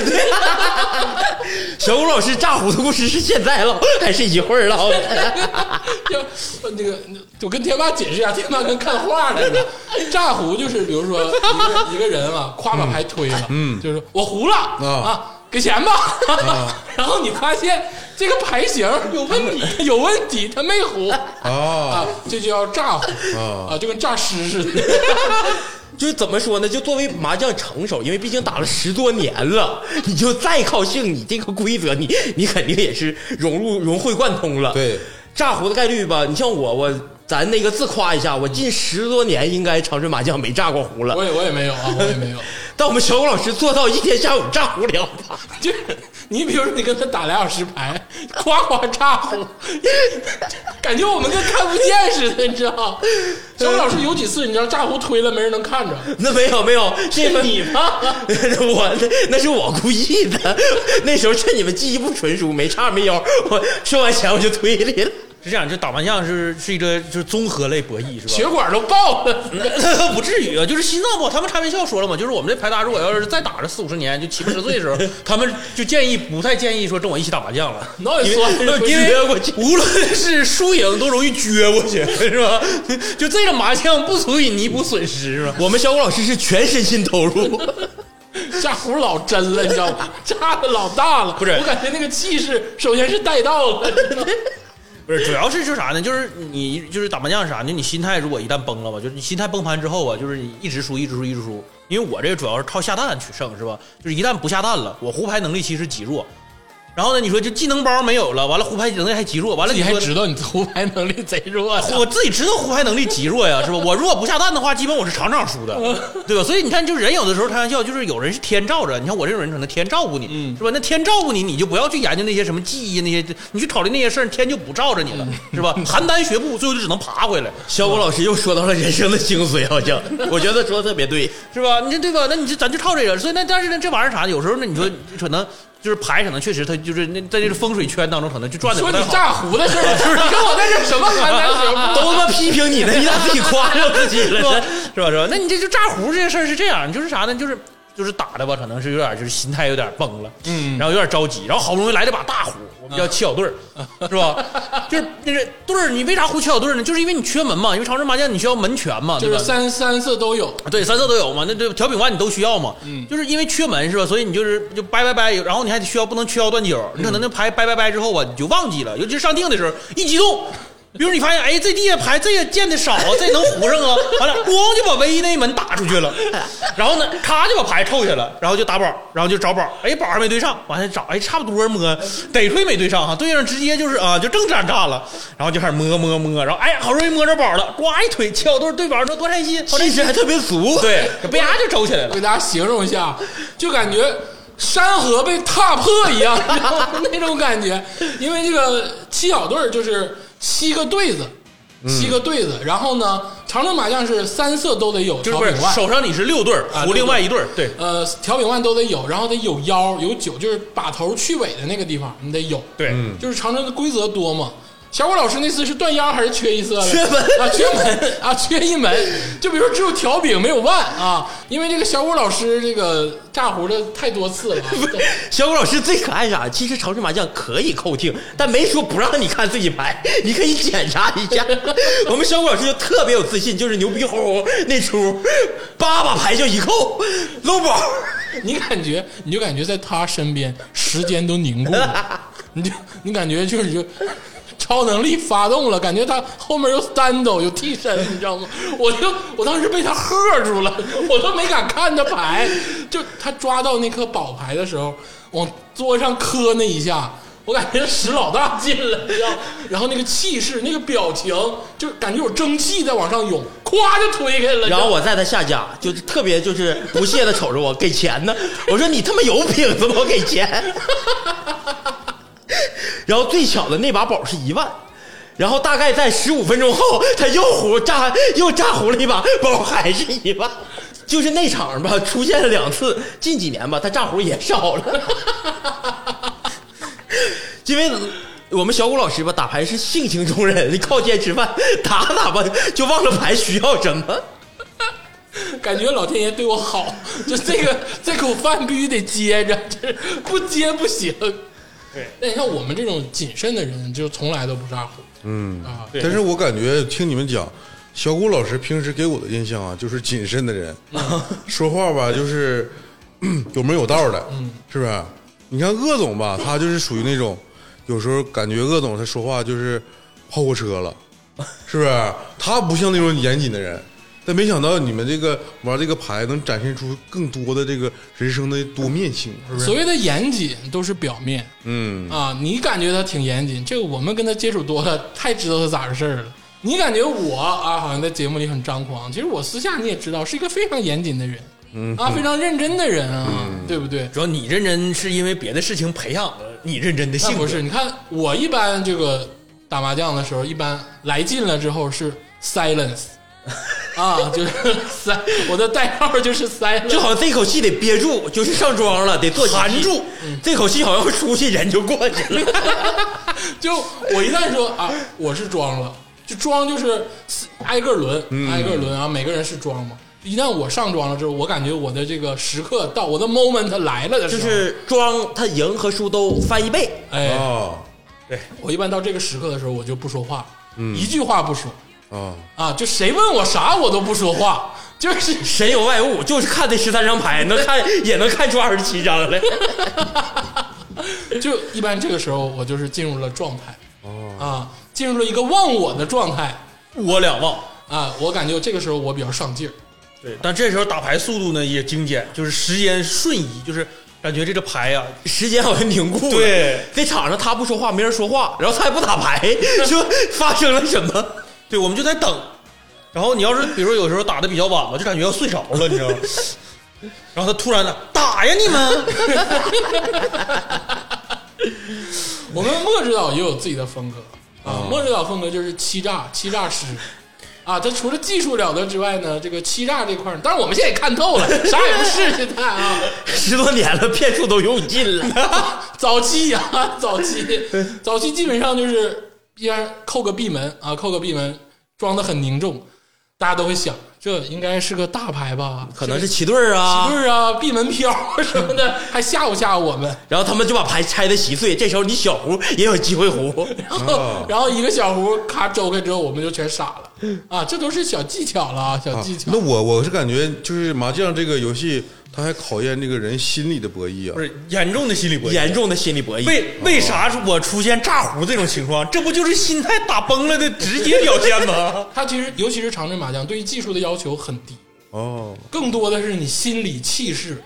小虎老师炸胡的故事是现在唠还是一会儿 唠？
要呃那个，我跟天霸解释一下，天霸跟看画似的。炸胡就是，比如说一个一个人啊，夸把牌推了，嗯，就是我胡了啊，给钱吧。 然后你发现这个牌型有问题，有问题，他没胡
啊
啊，这就叫炸胡
啊
啊，就跟诈尸似的。
就是怎么说呢？就作为麻将成手，因为毕竟打了十多年了，你就再靠性，你这个规则你你肯定也是融入融会贯通了。
对，
炸胡的概率吧，你像我我。咱那个自夸一下，我近十多年应该长春麻将没炸过胡了
我。也我也没有啊，我也没有。
但我们小虎老师做到一天下午炸胡两把，
就是你比如说你跟他打俩小时牌，夸夸炸呼， 感觉我们跟看不见似的，你知道？小伟老师有几次你知道炸呼推了没人能看着，
那没有 没有，这
是
个
你吗？
我那那是我故意的。那时候趁你们记忆不纯熟，没叉没腰，我收完钱我就推里了。
是这样，就打麻将是是一个就是综合类博弈，是吧？
血管都爆了，
嗯 不至于啊，就是心脏不好。他们开玩笑说了嘛，就是我们这牌搭，如果要是再打着四五十年，就七八十岁的 时候，他们就建议不太建议说跟我一起打麻将了，
脑也
因
酸
为因为无论是输赢都容易撅过去，是吧？就这个麻将不足以弥补损失，是吧？
我们小虎老师是全身心投入，
炸呼老真了，你知道 吗？炸的老大了，
不是
我感觉那个气势，首先是带到了，真的
不是，主要是就是啥呢？就是你就是打麻将是啥呢？就你心态如果一旦崩了吧，就是你心态崩盘之后啊，就是你一直输，一直输，一直输。因为我这个主要是靠下蛋取胜，是吧？就是一旦不下蛋了，我胡牌能力其实极弱。然后呢，你说这技能包没有了，完了胡牌能力还极弱，完了
自己
你
还
说
知道你胡牌能力贼弱，
我自己知道胡牌能力极弱呀，是吧？我如果不下蛋的话，基本我是场场输的，
嗯
对吧？所以你看，就是人有的时候开玩笑，就是有人是天罩着，你看我这种人可能天照顾你，
嗯
是吧？那天照顾你，你就不要去研究那些什么技艺那些，你去考虑那些事儿，天就不罩着你
嗯
了，是吧？邯郸学步，最后就只能爬回来，
小谷老师又说到了人生的精髓，好像我觉得说的特别对。
是吧？你这对吧？那你这咱就靠这个，所以那但是呢，这玩意儿啥的，有时候呢，你说可能就是牌，可能确实它就是那在这个风水圈当中，可能就转的
说
不太
你
好。
炸胡的 事儿，你跟我在这什么邯郸学步？
都他妈批评你呢，你咋自己夸上自 己
是
了
吧
呢？？
是吧？是吧？那你这就炸胡这个事儿是这样，就是啥呢？就是就是打的吧，可能是有点就是心态有点崩了，嗯，然后有点着急，然后好不容易来了把大胡，我们叫
嗯
七小队儿，是 吧？就是那是队儿，你为啥胡七小队儿呢？就是因为你缺门嘛，因为长春麻将你需要门全嘛，
就
对吧
是？三三色都有，
对，三色都有嘛，那这调饼丸你都需要嘛，
嗯
就是因为缺门是吧？所以你就是就掰掰掰，然后你还得需要不能缺腰断脚，你可能那牌掰掰掰之后啊吧，你就忘记了，尤其是上定的时候一激动。比如你发现，哎，这地下牌这也见的少啊，这能糊上啊？完了，咣就把唯一那一门打出去了， 然后呢，咔就把牌扣下了，然后就打宝，然后就找宝，哎，宝还没对上，完了找，哎，差不多摸，得亏没对上哈，对上直接就是啊，就正站炸了，然后就开始摸摸摸，然后哎，好容易摸着宝了，呱一腿敲对对宝，说多开心，好
气势还特别足。
对，啪就抽起来
我
了。
给大家形容一下，啊就感觉山河被踏破一样， 然后那种感觉。因为这个七小队儿就是七个对子，
嗯
七个对子。然后呢，长春麻将是三色都得有，
就是
调
不是
饼万，
手上你是六对儿，
啊
胡另外一对儿，对，
呃，调饼万都得有，然后得有腰有九，就是把头去尾的那个地方你得有。
对，
嗯
就是长春的规则多嘛。小果老师那次是断腰还是缺一色来着？
缺门
啊，缺门 啊，缺一门。就比如说只有调饼没有腕啊，因为这个小果老师这个炸胡的太多次了，啊
小谷老师最可爱啥？其实长春麻将可以扣听，但没说不让你看自己牌，你可以检查一下。 我们小谷老师就特别有自信，就是牛逼哄哄那出，八把牌就一扣，搂宝。
你感觉你就感觉在他身边时间都凝固了，你就你感觉就是就超能力发动了，感觉他后面有单斗有替身，你知道吗？我就我当时被他喝住了，我都没敢看他牌，就他抓到那颗宝牌的时候，往桌上磕那一下。我感觉使老大劲了，你知道吗？然后那个气势、那个表情，就感觉有蒸汽在往上涌，咵就推开了。
然后我在他下家，就是特别就是不屑的瞅着我，给钱呢。我说你他妈有饼子吗？我给钱。然后最巧的那把宝是一万，然后大概在十五分钟后，他又胡炸又炸胡了一把，宝还是一万。就是那场吧，出现了两次。近几年吧，他炸胡也少了，因为。我们小谷老师吧，打牌是性情中人，你靠天吃饭，打打吧就忘了牌需要什么。
感觉老天爷对我好， 就这个这口饭必须得接着， 这不接不行。
对，
那你像我们这种谨慎的人，就从来都不咋呼。嗯啊，
对
但是我感觉听你们讲，小谷老师平时给我的印象啊， 就是谨慎的人，说话吧就是 嗯有门有道的，是不是？你看鄂总吧，他就是属于那种，有时候感觉鄂总他说话就是泡过车了，是不是？他不像那种严谨的人。但没想到你们这个玩这个牌，能展现出更多的这个人生的多面性，是不是？
所谓的严谨都是表面
嗯，
啊，你感觉他挺严谨，这个我们跟他接触多了，太知道他咋回事儿了。你感觉我啊，好像在节目里很张狂，其实我私下你也知道，是一个非常严谨的人，嗯啊，非常认真的人啊，
嗯
对不对？
主要你认真是因为别的事情培养了你认真的
那
性格，
不是，你看我一般这个打麻将的时候，一般来劲了之后是 silence 啊，就是 s 我的代号就是 silence，
就好像这口气得憋住，就是上妆了，得做含住，这口气好像出去人就过去了。
就我一旦说啊，我是装了，就装就是挨个轮，
嗯
挨个轮啊，每个人是装嘛。一旦我上装了之后，我感觉我的这个时刻到，我的 moment 来了的时
就
候，
是哦妆，他赢和输都翻一倍。
哎，
啊
我一般到这个时刻的时候，我就不说话，
嗯
一句话不说
啊，
啊，就谁问我啥我都不说话，就是
神有外物，就是看这十三张牌，能看也能看出二十七张来。
就一般这个时候，我就是进入了状态，
哦
啊，进入了一个忘我的状态
我两忘。
啊，我感觉这个时候我比较上劲儿，
对，但这时候打牌速度呢也精简，就是时间瞬移，就是感觉这个牌呀、
时间好像凝固了。
对，
在场上他不说话，没人说话，然后他也不打 牌，就 发生了什么？
对，我们就在等。然后你要是比如有时候打的比较晚吧，就感觉要睡着了，你知道吗？ 然后他突然的打呀你们，
我们莫指导也有自己的风格
哦
啊，莫指导风格就是欺诈、欺诈师啊。他除了技术了得之外呢，这个欺诈这块儿，但是我们现在也看透了， 啥也不是现在啊。
十多年了，骗术都用尽了。
早期呀、早期，早期基本上就是一然扣个闭门啊，扣个闭门，装的很凝重，大家都会想，这应该是个大牌吧？
可能是棋对儿啊，
不是啊，闭门飘什么的，还吓唬吓唬我们。
然后他们就把牌拆的稀碎，这时候你小胡也有机会胡，
啊
然后一个小胡咔周开之后，我们就全傻了啊！这都是小技巧了啊，小技巧。
那我我是感觉就是麻将这个游戏，它还考验这个人心理的博弈
不
啊。
是严重的心理博弈。
严重的心理博弈。
为为啥我出现炸胡这种情况？这不就是心态打崩了的直接表现吗？
他其实尤其是长镇麻将，对于技术的要求很低，
哦
更多的是你心理气势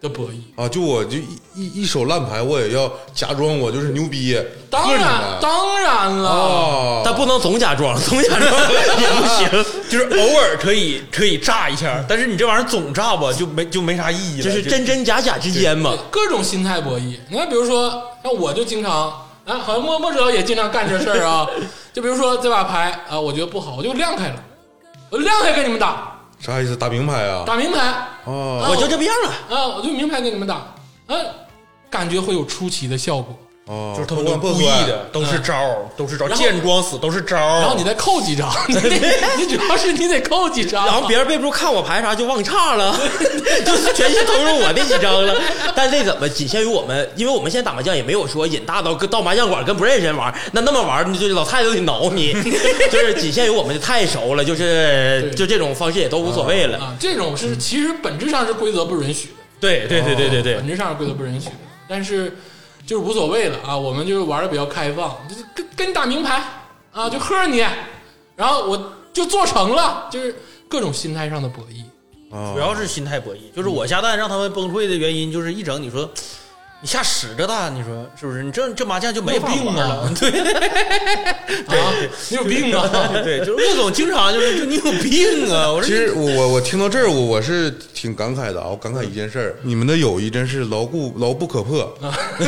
的博弈。
啊，就我就一一一手烂牌，我也要假装我就是牛逼，
当
克你
然，
们
当然了，
啊，
但不能总假装，总假装也 不行，
就是偶尔可以可以炸一下，但是你这玩意儿总炸吧，就没就没啥意义了。
就是真真假假之间嘛。
各种心态博弈。你看，比如说，那我就经常，啊，好像莫莫指导也经常干这事儿啊。就比如说这把牌啊，我觉得不好，我就亮开了，我亮开跟你们打，
啥意思？打明牌啊？
打明牌，
啊
啊
我就这不样了，
啊，我就明牌跟你们打，啊，感觉会有出奇的效果。
啊，
就是他
偷
们都
梁
是
破
故意
帅
的，都是招儿，都是招儿，
然后
见光死都是招
然后你
儿。
再扣几张， 你得你主要是你得扣几张，
然后别人背不住看我牌啥就忘岔了， 就是全心投入我那几张了。但这怎么仅限于我们？因为我们现在打麻将也没有说引大到跟到麻将馆跟不认识人玩，那那么玩你就老太太都得挠 你，就是仅限于我们就太熟了，就是
对
就这种方式也都无所谓 了。
啊，这种是其实本质上是规则不允许的，啊
对对对对对对
本，质上是规则不允许的，但是就是无所谓了啊，我们就是玩的比较开放，就是跟跟你打明牌啊，就喝你，然后我就做成了，就是各种心态上的博弈。
啊
主要是心态博弈。就是我下蛋让他们崩溃的原因，就是一整你说你下十个蛋，你说是不是？你这这麻将就没法玩了。 对
啊，你有病 啊！
对，就是鄂总经常就是就你有病啊！ 我说
其实我我我听到这儿，我我是挺感慨的啊！我感慨一件事儿，你们的友谊真是牢固牢不可破。
哎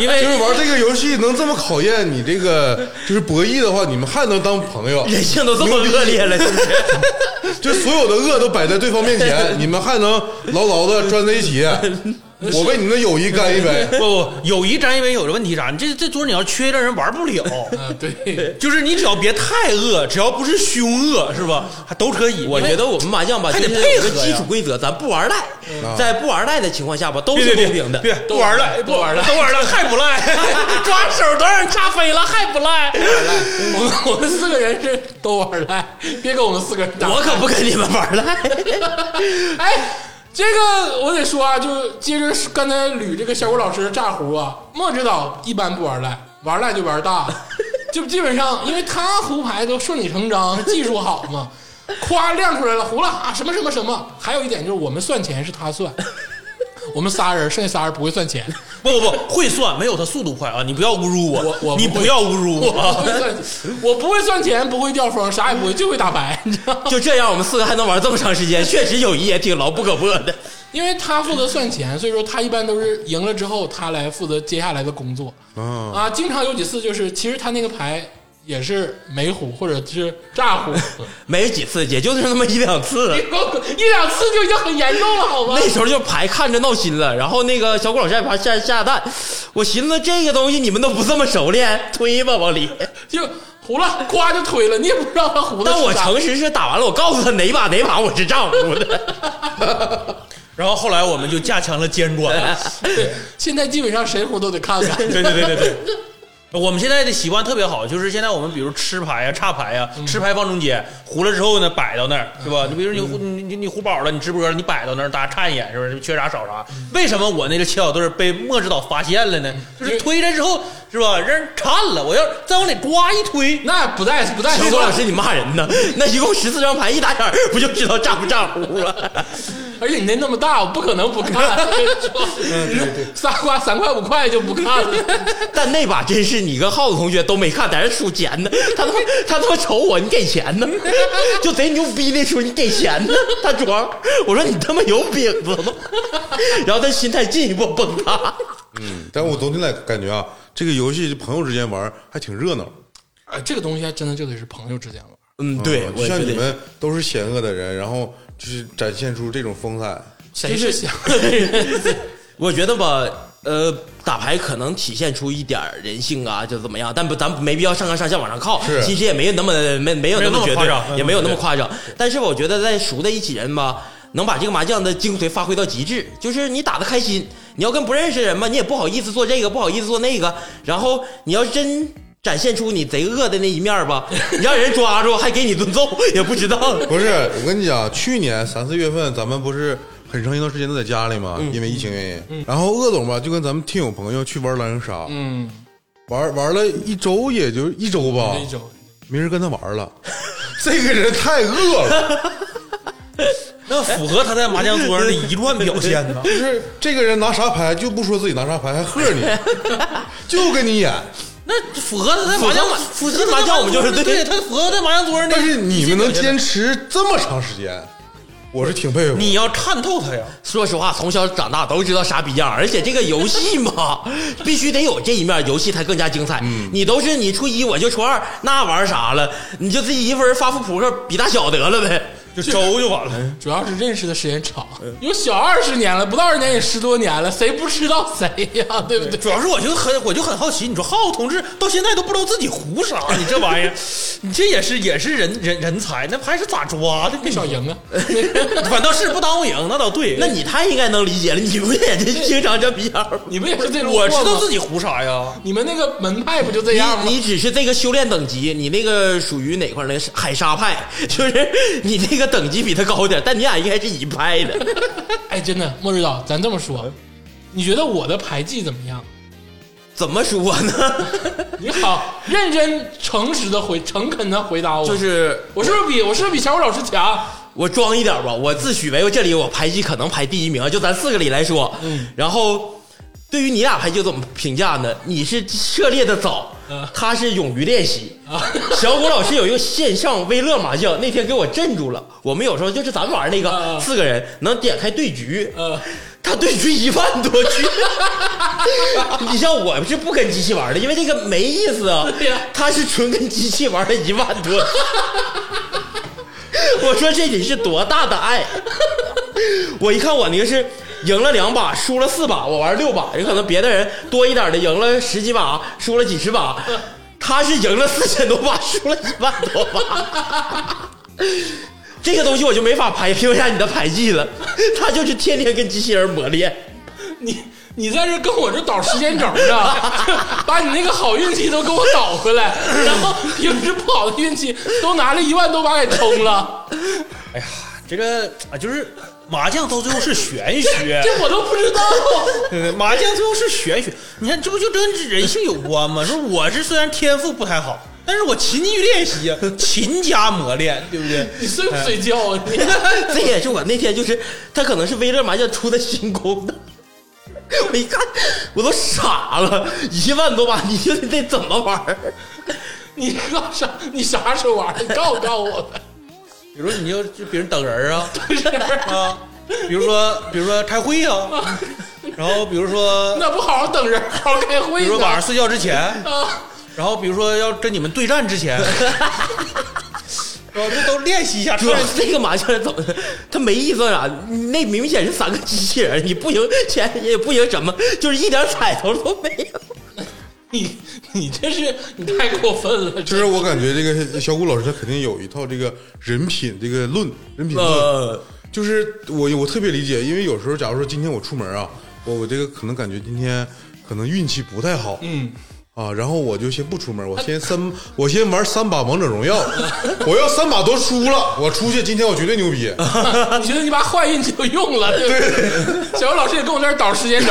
因
就是
为
玩这个游戏能这么考验你这个，就是博弈的话，你们还能当朋友，
人性都这么恶劣了，是不是？
就所有的恶都摆在对方面 前，你们还能牢牢的拴在一起。我为你们的友谊干一杯！
不不友谊沾一杯有的问题啥？你这这桌你要缺一个人玩不 了。
啊，对，
就是你只要别太恶，只要不是凶恶，是吧？还都可以。
我觉得我们麻将吧，
还
就
得
是有
配
个
合呀
基础规则，咱不玩赖，在不玩赖的情况下吧，都
别
是
别
公
别
平的。
别不玩了，不玩了，都玩了，还不 赖。
抓手都让人 炸飞了，还不赖？
我们我们四个人是都玩赖，别跟我们四个人打。
我可不跟你们玩赖。
哎，这个我得说啊，就接着刚才捋这个小谷老师的炸胡啊，莫指导一般不玩赖，玩赖就玩大 了，就基本上因为他胡牌都顺理成章，技术好嘛，夸亮出来了，胡了啊，什么什么什么。还有一点就是我们算钱是他算，我们仨人，剩下仨人不会算钱，
不不不，会算没有他速度快啊！你不要侮辱我，
我我不
你不要侮辱
我不
我。
会算，我不会算钱，不会掉双，啥也不会，就会打牌，你知道吗。
就这样，我们四个还能玩这么长时间，确实友谊也挺牢不可破的。
因为他负责算钱，所以说他一般都是赢了之后，他来负责接下来的工作。
哦
啊
啊，经常有几次就是，其实他那个牌也是没胡或者是炸胡，
没有几次，也就是那么一两次。
一两次就已经很严重了，好吗？
那时候就牌看着闹心了，然后那个小谷老师还怕下下蛋，我寻思这个东西你们都不这么熟练，推吧往里。
就胡了，夸就推了，你也不知道他胡的
但
是
我
啥。
诚实是打完了，我告诉他哪把哪把我是账户的。
然后后来我们就加强了监管。
对，现在基本上谁胡都得看 看。
对对对对对。 我们现在的习惯特别好，就是现在我们比如吃牌呀、岔牌呀，吃牌放中间，糊了之后呢，摆到那儿，是吧？你比如你糊你你你糊饱了，你直播了，你摆到那儿，大家看一眼，嗯是不是？缺啥少啥。为什么我那个切小对儿被莫指导发现了呢？就是推开之后，是吧？让人看了，我要再往里呱一推，
那不带不带
小郭老师，你骂人呢？那一共十四张牌，一打眼儿不就知道炸不炸呼了？
而且你那那么大，我不可能不 看。
嗯
仨瓜三块五块就不看了。
啊 但那把真是你跟耗子同学都没看，在那数钱呢。他他妈他他妈瞅我，你给钱呢？ 就贼牛逼那出，你给钱呢？他装，我说你他妈有饼子吗？ 然后他心态进一步崩塌。
嗯但我总体来感觉啊，这个游戏朋友之间玩还挺热闹。
哎，这个东西还真的就得是朋友之间玩。
嗯，对，
嗯
我
就像
觉
你
得
们都是险恶的人，然后就是展现出这种风采。
谁是 想？
我觉得吧，呃，打牌可能体现出一点儿人性啊，就怎么样，但不，咱没必要上纲上线往上靠
是，
其实也没有那么没没有
没有
那
那么
绝
夸张
对，也没有那么夸张。但是我觉得在熟的一起人吧，能把这个麻将的精髓发挥到极致，就是你打的开心，你要跟不认识人嘛，你也不好意思做这个，不好意思做那个，然后你要真。展现出你贼恶的那一面儿吧，你让人抓住还给你顿揍，也不知道。
不是，我跟你讲，去年三四月份咱们不是很长一段时间都在家里嘛，
嗯
因为疫情原因。然后鄂总吧，就跟咱们听友朋友去玩狼人杀，
嗯，
玩玩了一周，也就一周吧
这，一周
没人跟他玩 了。这个人太恶了，
那符合他在麻将桌上的一贯表现呢。
就是这个人拿啥牌就不说自己拿啥牌，还喝你，就跟你演。
那 符合他在麻将，
符
符
合
合
麻将我们就是
对，
对
他符合在麻将桌上的。
但是你们能坚
持，
持这么长时间，我是挺佩服。
你要看透他呀。
说实话，从小长大都知道傻逼样儿，而且这个游戏嘛，必须得有这一面，游戏才更加精彩。你都是你初一，我就初二，那玩啥了？你就自己一个人发副扑克比大小得了呗。
就周就完了，
主要是认识的时间长，
嗯
有小二十年了，不到二十年也十多年了，谁不知道谁呀、 对不对？
主要是我就很我就很好奇，你说浩同志到现在都不知道自己胡啥，你这玩意儿，你这也是也是人人人才，那牌是咋抓的？
没 少赢啊！
反倒是不耽误赢，那倒对。
那你太应该能理解了，你不也这经常这逼样儿吗？
你们也是这种货
我
吗，
知道自己胡啥呀？
你们那个门派不就这样吗？
你你只是这个修炼等级，你那个属于哪块儿呢？是海沙派， 就是你那个等级比他高点儿，但你俩应该是一派的。
哎，真的，莫指导，咱这么说，
嗯
你觉得我的牌技怎么样？
怎么说呢？
你好，认真、诚实的回，诚恳的回答我，
就是
我是不是比我是不是比小虎老师强？
我装一点吧，我自诩为这里我排技可能排第一名，就咱四个里来说。
嗯，
然后对于你俩排技怎么评价呢？你是涉猎的早
嗯，
他是勇于练习。
啊
小谷老师有一个线上微乐麻将，那天给我震住了。我们有时候就是咱玩那
嗯
个
嗯
四个人能点开对局，
呃，
他对局一万多局。 你像我是不跟机器玩的，因为这个没意思啊
对呀。
他是纯跟机器玩了一万多局。我说这得是多大的爱！我一看我那个是赢了两把，输了四把，我玩六把，有可能别的人多一点的赢了十几把，输了几十把，他是赢了四千多把，输了一万多把。这个东西我就没法排评价你的牌技了，他就是天天跟机器人磨练。
你你在这跟我这倒时间轴呢， 把你那个好运气都给我倒回来，然后平时不好的运气都拿了一万多把给冲了，
哎呀，这个啊，就是麻将到最后是玄学，
这我都不知道。
对不对？麻将最后是玄学，你看这不就跟人性有关吗？说我是虽然天赋不太好，但是我勤于练习呀，勤加磨练，对不对？
你睡不睡觉啊？你
这也是我那天就是，他可能是微乐麻将出的新功的。我一看，我都傻了，一万多把，你说得怎么玩儿？
你告啥？你啥时候玩？你告诉告诉我们。
比如你就就比如等人 啊，啊，比如说比如说开会啊，然后比如说
那不好好等人，好好开
比
会
如说
呢。
晚上睡觉之前，
啊，
然后比如说要跟你们对战之前，是吧？这都练习一下，
主要是这个麻将怎么，他没意思啥、你那明显是三个机器人，你不赢钱也不赢什么，就是一点彩头都没有。
你你这是你太过分了，
就
这
是我感觉这个小谷老师他肯定有一套这个人品这个论人品论，
呃，
就是我我特别理解，因为有时候假如说今天我出门啊，我我这个可能感觉今天可能运气不太好，
嗯，
啊，然后我就先不出门，我先三，我先玩三把王者荣耀，我要三把都输了，我出去今天我绝对牛逼。
你觉得你把坏运气都用了，对不对？ 小游老师也跟我在这儿导时间轴，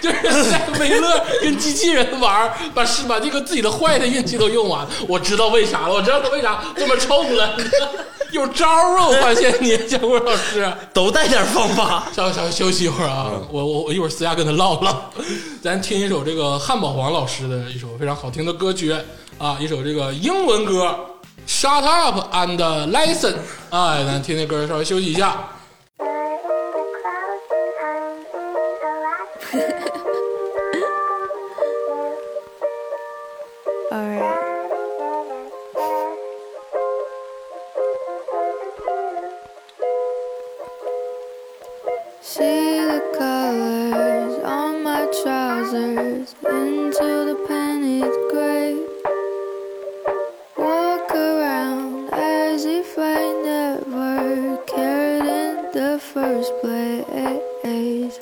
就是在维乐跟机器人玩，把是把这个自己的坏的运气都用完。我知道为啥了，我知道他为啥这么冲了， 有招儿啊！我发现你，小郭老师，
都带点方法。
稍稍休息一会儿啊，我我我一会儿私下跟他唠唠。咱听一首这个汉堡王老师的一首非常好听的歌曲啊，一首这个英文歌《Shut Up and Listen》啊，咱听听歌，稍微休息一下。
Alright. See the colors on my trousers into the painted gray. Walk around as if I never cared in the first place.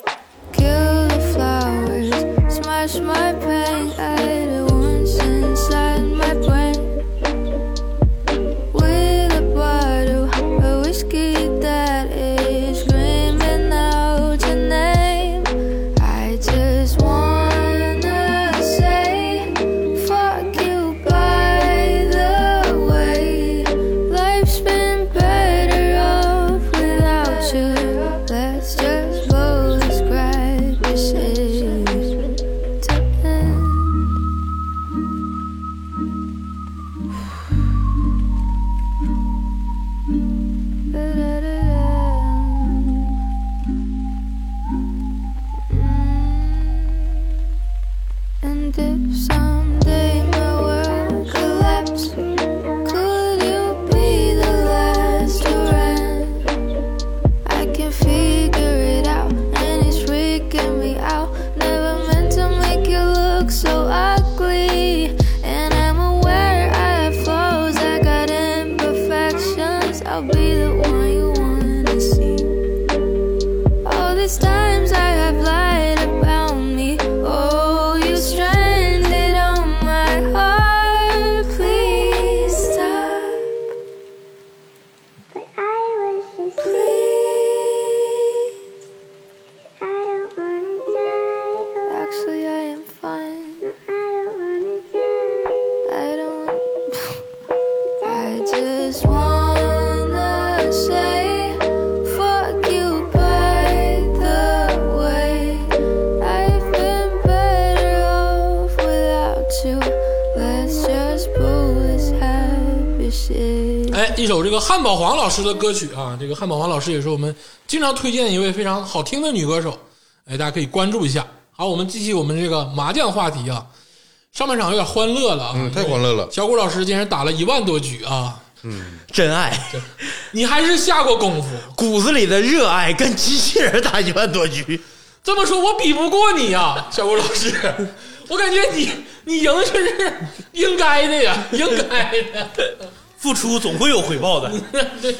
Kill the flowers, smash my pain at once inside my brain. With a bottle of whiskey that is screaming out your name. I just wanna say, fuck you by the way. Life's been better off without you. Let's just blow this crap shit to end. Mm. And if someday my world collapsed, could you be the last to end? I can figure it out, and it's freaking me out. Never meant to make you look so ugly. And I'm aware I have flaws, I got imperfections. I'll be the one you wanna see. All these times I have lied about me. Oh, you stranded on my heart. Please stop.
I wish you
Please.
I don't wanna die.
Actually, I am fine.
I don't wanna die.
I don't. I just wanna say, fuck you by the way. I've been better off without you. Let's just pull this happy shit.
哎，一首这个汉堡王老师的歌曲啊，这个汉堡王老师也是我们经常推荐一位非常好听的女歌手，哎，大家可以关注一下。好，我们继续我们这个麻将话题啊，上半场有点欢乐了啊，
嗯，太欢乐了。
小谷老师竟然打了一万多局啊，
真爱，
你还是下过功夫。
骨子里的热爱跟机器人打一万多局，
这么说，我比不过你呀、小谷老师， 我感觉你你赢就是应该的呀，应该的。
付出总会有回报的。
对，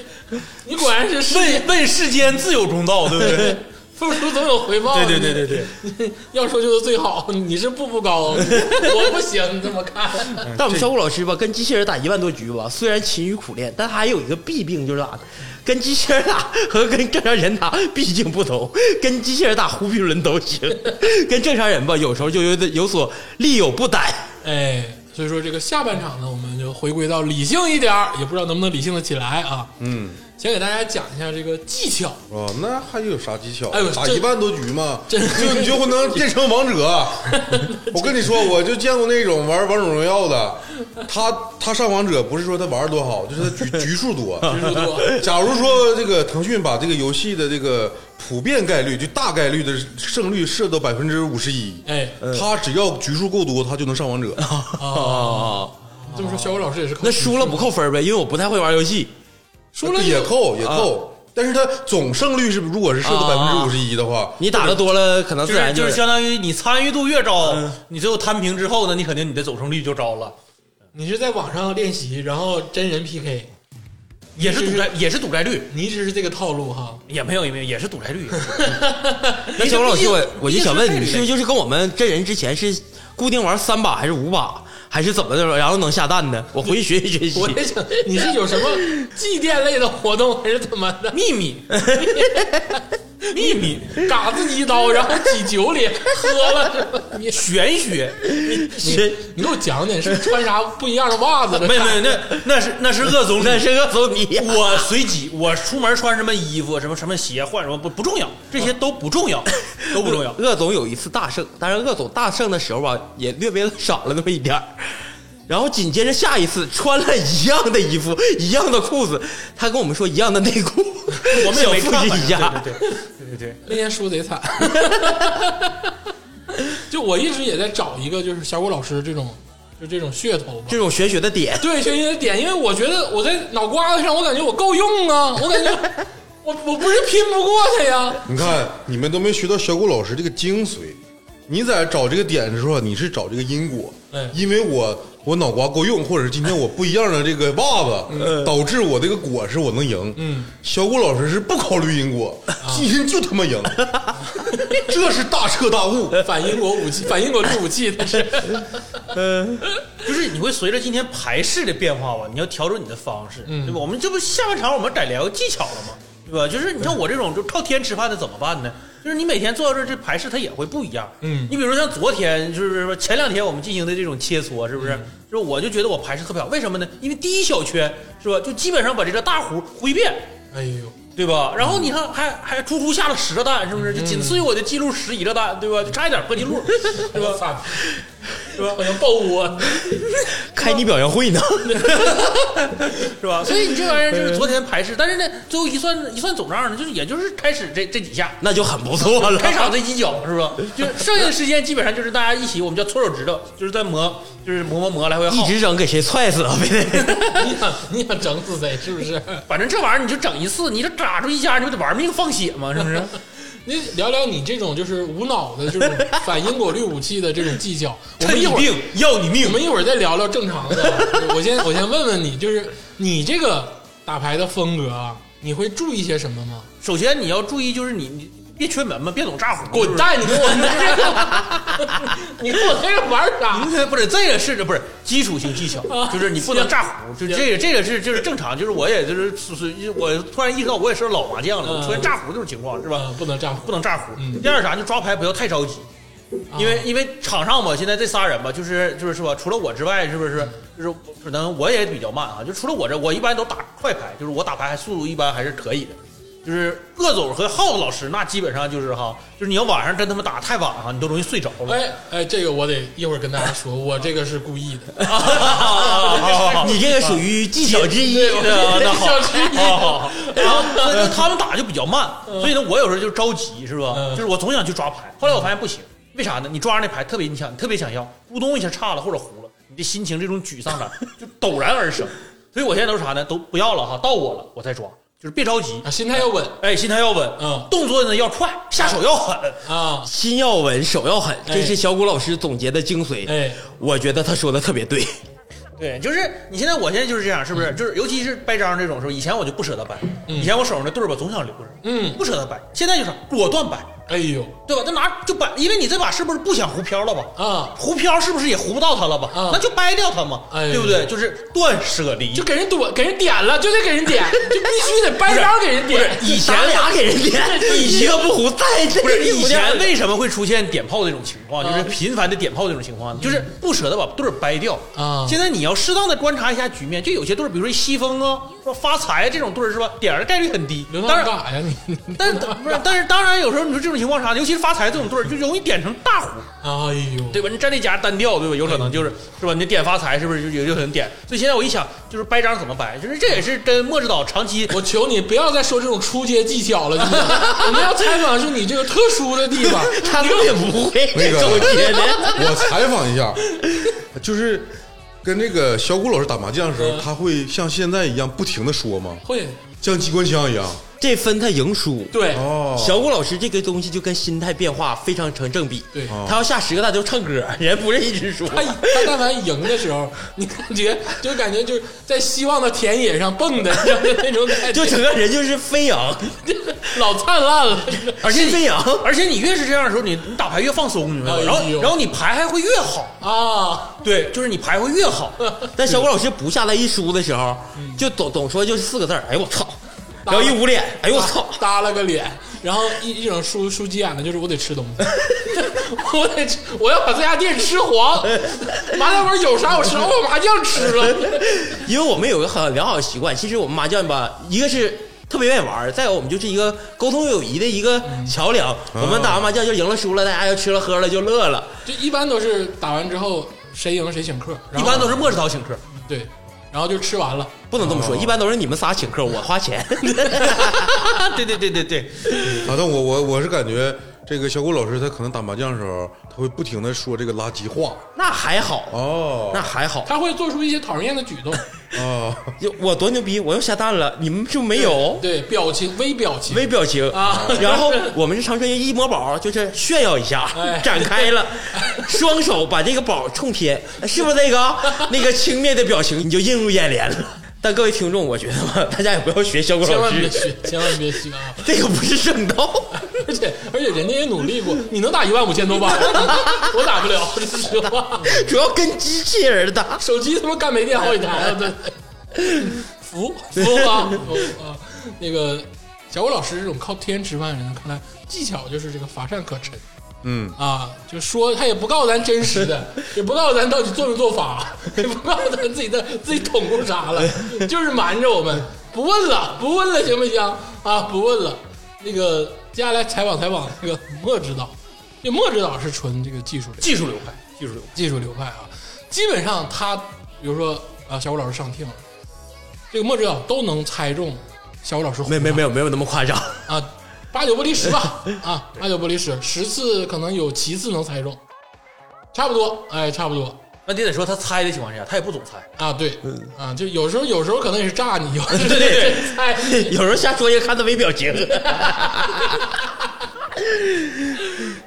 你果然是世界
问问世间自有公道，对不对？
付出总有回报的。
对对对对对。
要说就是最好，你是步步高， 我不行，你这么看。
但我们小虎老师吧，跟机器人打一万多局吧，虽然勤于苦练，但他还有一个弊病，就是咋的？跟机器人打和跟正常人打毕竟不同，跟机器人打忽必伦都行， 跟正常人吧，有时候就有点有所力有不逮。
哎，所以说这个下半场呢，我们就回归到理性一点儿，也不知道能不能理性的起来啊。
嗯，
先给大家讲一下这个技巧。
哦，那还有啥技巧？
哎呦
打
这
一万多局嘛，
这
就你 就能变成王者。我跟你说，我就见过那种玩王者荣耀的，他他上王者不是说他玩多好，就是他局 局数多。
人数多，
假如说这个腾讯把这个游戏的这个普遍概率，就大概率的胜率设到百分之五十一，嗯
哎
他只要局数够多，他就能上王者。
哦，
这么说，小伟老师也是靠
那输了不扣分呗，因为我不太会玩游戏。
输了啊
也扣也扣，但是他总胜率是如果是设到百分之五十一的话，
你打的多了，可能
就
自然
是就是嗯
是
相当于你参与度越高，你最后摊平之后呢，你肯定你的走胜率就高了，
你是在网上练习，然后真人 PK，
也是赌债也是赌债率，
你一直是这个套路哈。
也没有也没有也是赌债率。
那小虎老师，我我就想问你，
毕
是不
竟
是就是跟我们真人之前是固定玩三把还是五把还是怎么的，然后能下蛋的，我回去学习学习
我。也想， 你是有什么祭奠类的活动还是怎么的？
秘密，秘密，
嘎自己一刀，然后挤酒里喝了是吧，你
玄学，
学
你给我讲讲，是不是穿啥不一样的袜子了？
没有没有，那那是那是恶总理，
那是个怂逼呀，
我随机，我出门穿什么衣服，什么什么鞋，换什么不不重要，这些都不重要，都不重 要。
鄂总有一次大胜，当然鄂总大胜的时候吧，也略微少了那么一点儿。然后紧接着下一次穿了一样的衣服，一样的裤子，他跟我们说一样的内裤，
我们也没
小
看反
腹肌一样。
正对对对对对
那天输贼惨。 就我一直也在找一个，就是小谷老师这种，就这种噱头吧。
这种玄学的点，
对学习的点，因为我觉得我在脑瓜子上，我感觉我够用啊，我感觉我我不是拼不过他呀。
你看，你们都没学到小谷老师这个精髓。你在找这个点的时候，你是找这个因果，
哎
因为我我脑瓜够用，或者是今天我不一样的这个袜子，导致我这个果是我能赢。
嗯，啊
小谷老师是不考虑因果，今天就他妈赢，这是大彻大悟。
反英国武器，反英国制武器，他是
就是你会随着今天排式的变化吧，你要调整你的方式，
嗯
对吧？我们这不下半场我们得聊技巧了吗？对吧？就是
嗯
你像我这种就靠天吃饭的怎么办呢？就是你每天做到这这排式它也会不一样。
嗯
你比如像昨天就是说前两天我们进行的这种切磋，是不
嗯
是？就是我就觉得我排式特别好，为什么呢？因为第一小圈是吧，就基本上把这个大弧挥遍，
哎呦，
对吧？然后你看，还还出出下了十个蛋，是不
嗯
是？就仅次于我的记录十一个蛋，对吧？就差一点破纪录，对吧？
吧？是吧？好像爆窝，
开你表扬会呢。
是吧？所以你这玩意儿就是昨天排斥，但是呢，最后一算一算总账呢，就是也就是开始这这几下，
那就很不错了。
开场这几脚是吧？就是剩下的时间基本上就是大家一起，我们叫搓手指头，就是在磨，就是磨磨磨来回
一
耗。
直整给谁踹死啊？非得
你想 你想整死谁是不是？
反正这玩意儿你就整一次，你这打出一家，你不得玩命放血吗？是不是？
你聊聊你这种就是无脑的这种反因果律武器的这种技 巧，我们一会儿
病要你
我
命，
们一会儿再聊聊正常的 啊。我先我先问问你，就是你这个打牌的风格啊，你会注意些什么吗？
首先你要注意，就是你你别缺门嘛，别总炸呼，
滚！蛋！你跟我你 跟我在这玩啥？
不是这个是这不是基础性技巧，
啊
就是你不能炸胡，就这个这个是就是正常，就是我也就是是是我突然意识到我也是老麻将了，
嗯
我出现炸胡这种情况是吧？
啊，不能炸呼，
不能炸胡。
嗯啊
第二啥，就抓牌不要太着急，因为因为场上嘛，现在这仨人吧，就是就是是吧，除了我之外，是不
嗯
是就是可能我也比较慢啊？就除了我这，我一般都打快牌，就是我打牌还速度一般还是可以的。就是鄂总和耗子老师，那基本上就是哈，就是你要晚上真他妈打太晚哈，你都容易睡着了。
哎哎，这个我得一会儿跟大家说，我这个是故意 的。
你这个属于技巧之一。
啊，那好，
小吃一
好好好。
哦
然后那就他们打就比较慢，所以呢，我有时候就着急，是吧？
嗯
就是我总想去抓牌，后来我发现不行，为啥呢？你抓着那牌特别你想，你特别想要，咕咚一下差了或者糊了，你的心情这种沮丧感就陡然而生。所以我现在都是啥呢？都不要了哈，到我了我再抓，就是别着急
啊，，心态要稳
哎，心态要稳，
嗯
动作呢要快，下手要狠，
啊，
心要稳，手要狠，这
哎
是小谷老师总结的精髓。
哎，
我觉得他说的特别对。
对，就是你现在，我现在就是这样，是
嗯
不是？就是尤其是掰张这种时候，以前我就不舍得掰，以前我手上的对儿吧，总想留着，
嗯
不舍得掰。现在就是果断掰，
哎呦
对吧？就拿就掰，因为你这把是不是不想胡飘了吧？
啊，
胡飘是不是也胡不到它了吧？
啊
那就掰掉它嘛，
哎
对不对？就是断舍离。
就给人躲，给人点了，就得给人点，就必须得掰张给人点。
以前
咱俩给人 点，一个 不胡，再这
不是以前
的。
为什么会出现点炮这种情况，就是
啊
频繁的点炮这种情况，就是不舍得把对儿掰掉
啊
现在你要适当的观察一下局面，就有些对儿，比如说西风啊，说发财这种对儿是吧，点儿的概率很低。
刘
当
涛你
然
干哎啥呀你？你
但不是，但是当然，有时候你说这种情况啥，尤其是发财这种对儿，就容易点成大胡，
哎呦，
对吧？你站这家单调，对吧？有可能就是是吧？你点发财是不是就有有可能点？所以现在我一想，就是掰张怎么掰，就是这也是跟莫指导长期
我求你不要再说这种出街技巧了，今天我们要采访的是你这个特殊的地方。
他们也不会
那个
总 结的。
我采访一下，就是跟那个
嗯
小谷老师打麻将的时候，他会像现在一样不停的说吗？
会
像机关枪一样，
这分他赢输。
对，
哦，
小谷老师这个东西就跟心态变化非常成正比。
对
他要下十个大就唱歌，人不是一直说。
他他但凡赢的时候，你感觉就感觉就是在希望的田野上蹦的，就是那种感觉，
就整个人就是飞 扬，
老灿烂了。
而且你
飞扬
而且你越是这样的时候，你你打牌越放松，你知道吗？然
哎呦
后然后你牌还会越好，
啊，
对，就是你牌会越 好。
但小谷老师不下来一输的时候，就总总说就是四个字儿，哎呦我操！然后一捂脸，哎呦我操！
耷拉个脸，然后一一种输输急眼的就是我得吃东西，我得吃，我要把这家店吃黄。麻将馆有啥我吃，我把麻将吃啊了。
因为我们有个很良好的习惯，其实我们麻将吧，一个是特别愿意玩儿，再有我们就是一个沟通友谊的一个桥梁。我们打完麻将就赢了输了，大家就吃了喝了就乐了。
就一般都是打完之后谁赢谁请客，然
一
后
般都是莫指导请客，
对，然后就吃完了。
不能这么说，一般都是你们仨请客，我花钱。
对对对对对，
啊，但我我我是感觉这个小谷老师他可能打麻将的时候，他会不停的说这个垃圾话。
那还好，
哦，
那还好。
他会做出一些讨人厌的举动，
哦，
就我多牛逼，我又下蛋了，你们就没有
对表情微表情
微表情
啊
然后我们是长春人一摸宝，就是炫耀一下
哎，
展 开了，双手把这个宝冲天，是不是那 个那个轻蔑的表情你就映入眼帘了？但各位听众，我觉得吧， 大家也不要学小狗
千
老
万别
师，
学，千万别学啊！
这个不是正道。
而且而且人家也努力过，你能打一万五 千多把，我打不了，说实话，
主要跟机器人打，
手机他妈干没电好几台了，对，服服啊服啊！那个小郭老师这种靠天吃饭的人，看来技巧就是这个乏善可陈
嗯，
啊，就说他也不告诉咱真实的，也不告诉咱到底做没做法， 也不告诉咱自己的自己捅咕啥了，就是瞒着我们，不问了，不问了，行不行啊？不问了。那个接下来采访采访那个莫指导，这莫指导是纯这个技术流
技术流派，技术流派。
技术流派啊，基本上他比如说啊，小武老师上听了，这个莫指导都能猜中小武老师胡
没没
话
没有没有那么夸张，
啊，八九不离十吧啊，八九不离十，十次可能有七次能猜中，差不多，哎，差不多。
那你得说他猜的情况下，他也不总猜，
啊，对，啊，就有时候，有时候可能也是炸你，有时候
嗯对 对对
是猜你，
有时候瞎说也看他没表情。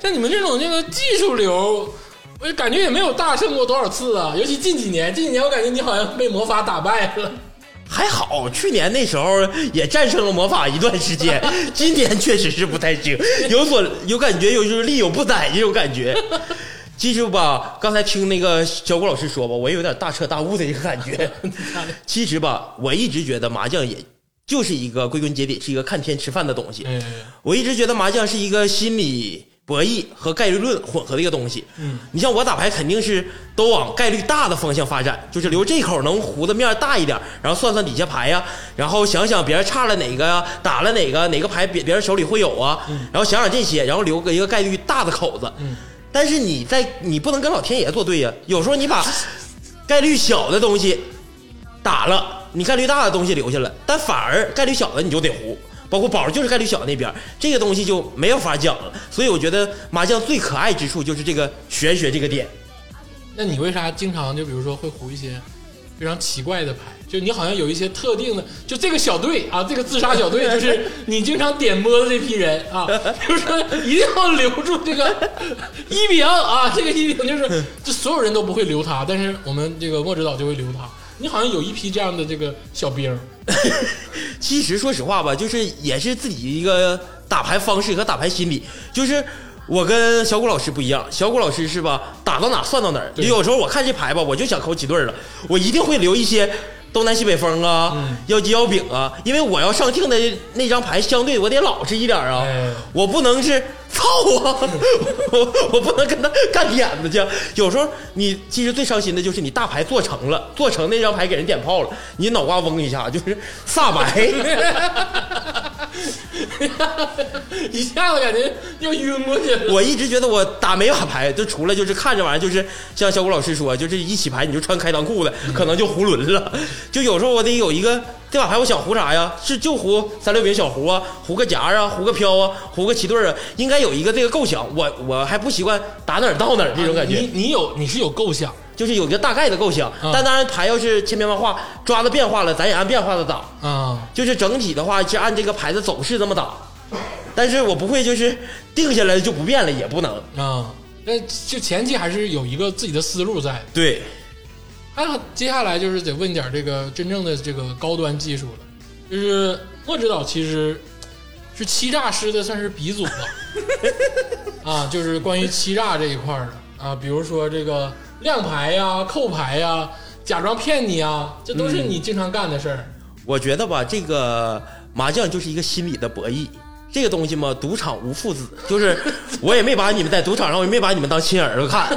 像你们这种这个技术流，我感觉也没有大胜过多少次啊。尤其近几年，近几年我感觉你好像被魔法打败了。
还好，去年那时候也战胜了魔法一段 时间，今年确实是不太行，有所有感觉，有就是力有不逮这种感觉。记住吧，刚才听那个小郭老师说吧，我也有点大彻大悟的一个感 觉。其实吧，我一直觉得麻将也就是一个归根结底是一个看天吃饭的东西。
哎，
我一直觉得麻将是一个心理博弈和概率论混合的一个东西。嗯，你像我打牌肯定是都往概率大的方向发展，就是留这口能胡的面儿大一点，然后算算底下牌呀、然后想想别人差了哪个呀、打了哪个，哪个牌别别人手里会有啊，然后想想这些，然后留个一个概率大的口子。嗯，但是你在你不能跟老天爷作对呀、有时候你 把概率小的东西打了，你概率大的东西留下了，但反而概率小的你就得胡，包括宝就是概率小那边，这个东西就没有法讲了。所以我觉得麻将最可爱之处就是这个玄学这个点。
那你为啥经常就比如说会胡一些非常奇怪的牌？就你好像有一些特定的，就这个小队啊，这个自杀小队， 就是你经常点播的这批人啊， 比如说一定要留住这个一饼啊，这个一饼就是 就所有人都不会留他，但是我们这个莫指导就会留他。你好像有一批这样的这个小兵儿，
其实说实话吧，就是也是自己一个打牌方式和打牌心理，就是。我跟小谷老师不一样，小谷老师是吧，打到哪算到哪儿。
对
有时候我看这牌吧，我就想扣几对儿了，我一定会留一些东南西北风啊、腰鸡腰饼啊，因为我要上镜的那张牌相对我得老实一点啊，
哎
我不能是操啊，我我不能跟他干点子去。有时候你其实最伤心的就是你大牌做成了，做成那张牌给人点炮了，你脑瓜嗡一下，就是撒白。
一下子感觉要晕过去了。
我一直觉得我打每把牌，就除了就是看着玩意儿，就是像小谷老师说，就是一起牌你就穿开裆裤的，可能就胡抡了。就有时候我得有一个这把牌，我想胡啥呀？是就胡三六饼小胡啊，胡个夹啊，胡个飘啊，胡个七对儿啊，应该有一个这个构想。我我还不习惯打哪儿到哪儿这种感觉。
啊你你有你是有构想，
就是有一个大概的构想。
嗯
但当然牌要是千变万化，抓的变化了，咱也按变化的打。
啊，
就是整体的话是按这个牌的走势这么打，但是我不会就是定下来就不变了，也不能。
啊，那就前期还是有一个自己的思路在的。
对，
那接下来就是得问点这个真正的这个高端技术了，就是莫指导其实是欺诈师的算是鼻祖吧，啊，就是关于欺诈这一块儿的啊，比如说这个亮牌呀、扣牌呀、假装骗你啊，这都是你经常干的事儿。
我觉得吧，这个麻将就是一个心理的博弈。这个东西嘛，赌场无父子，就是我也没把你们在赌场上，我也没把你们当亲儿子看，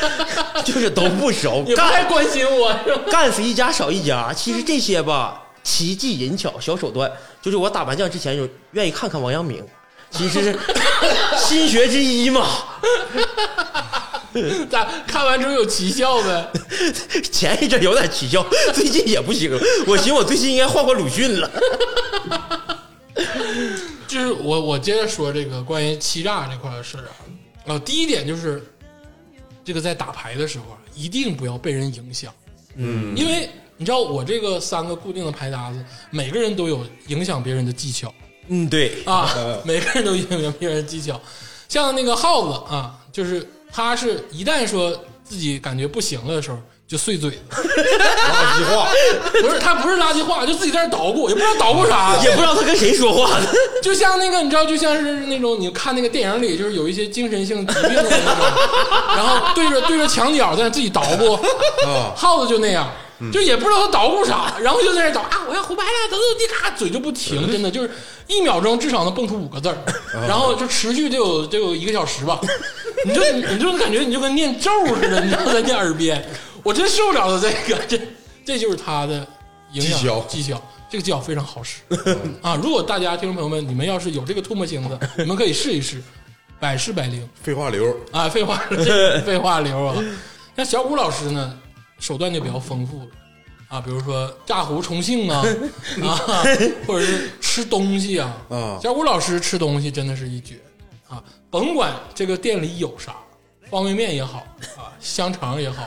就是都不 熟，
也不太
干
关心我， 是吧？
干死一家少一家。其实这些吧，奇技淫巧、小手段，就是我打麻将之前有愿意看看王阳明，其实是 心学之一嘛。
咋看完之后有奇效呗？
前一阵有点起效，最近也不行。我寻思我最近应该换换鲁迅了。
就是我我接着说这个关于欺诈这块的事儿啊，呃，第一点就是这个在打牌的时候啊，一定不要被人影响，嗯，因为你知道我这个三个固定的牌搭子，每个人都有影响别人的技巧
嗯，对，
啊， 每个人都有影响别人的技巧，像那个耗子啊，就是他是一旦说自己感觉不行了的时候。就碎嘴子，
垃圾话，
不是他不是垃圾话，就自己在那儿捣鼓，也不知道捣鼓啥，
也不知道他跟谁说话呢。
就像那个，你知道，就像是那种你看那个电影里，就是有一些精神性疾病的那种，然后对着对着墙角在那自己捣鼓，
啊
耗子就那样，就也不知道他捣鼓啥，然后就在那儿捣啊，我要胡白了，怎么怎么地，咔，嘴就不停，真的就是一秒钟至少能蹦出五个字儿，然后就持续得有得有一个小时吧，你就你就感觉你就跟念咒似的，你知道在你耳边，我真受不了了，这个这这就是他的影响
技巧
技巧。这个技巧非常好使啊！如果大家听众朋友们，你们要是有这个唾沫星子，你们可以试一试，百试百灵。
废话流，
啊，废话，这是废话流啊。那小谷老师呢，手段就比较丰富了啊，比如说炸胡重庆 啊，啊，或者是吃东西啊。
啊
小谷老师吃东西真的是一绝啊，甭管这个店里有啥，方便面也好啊，香肠也好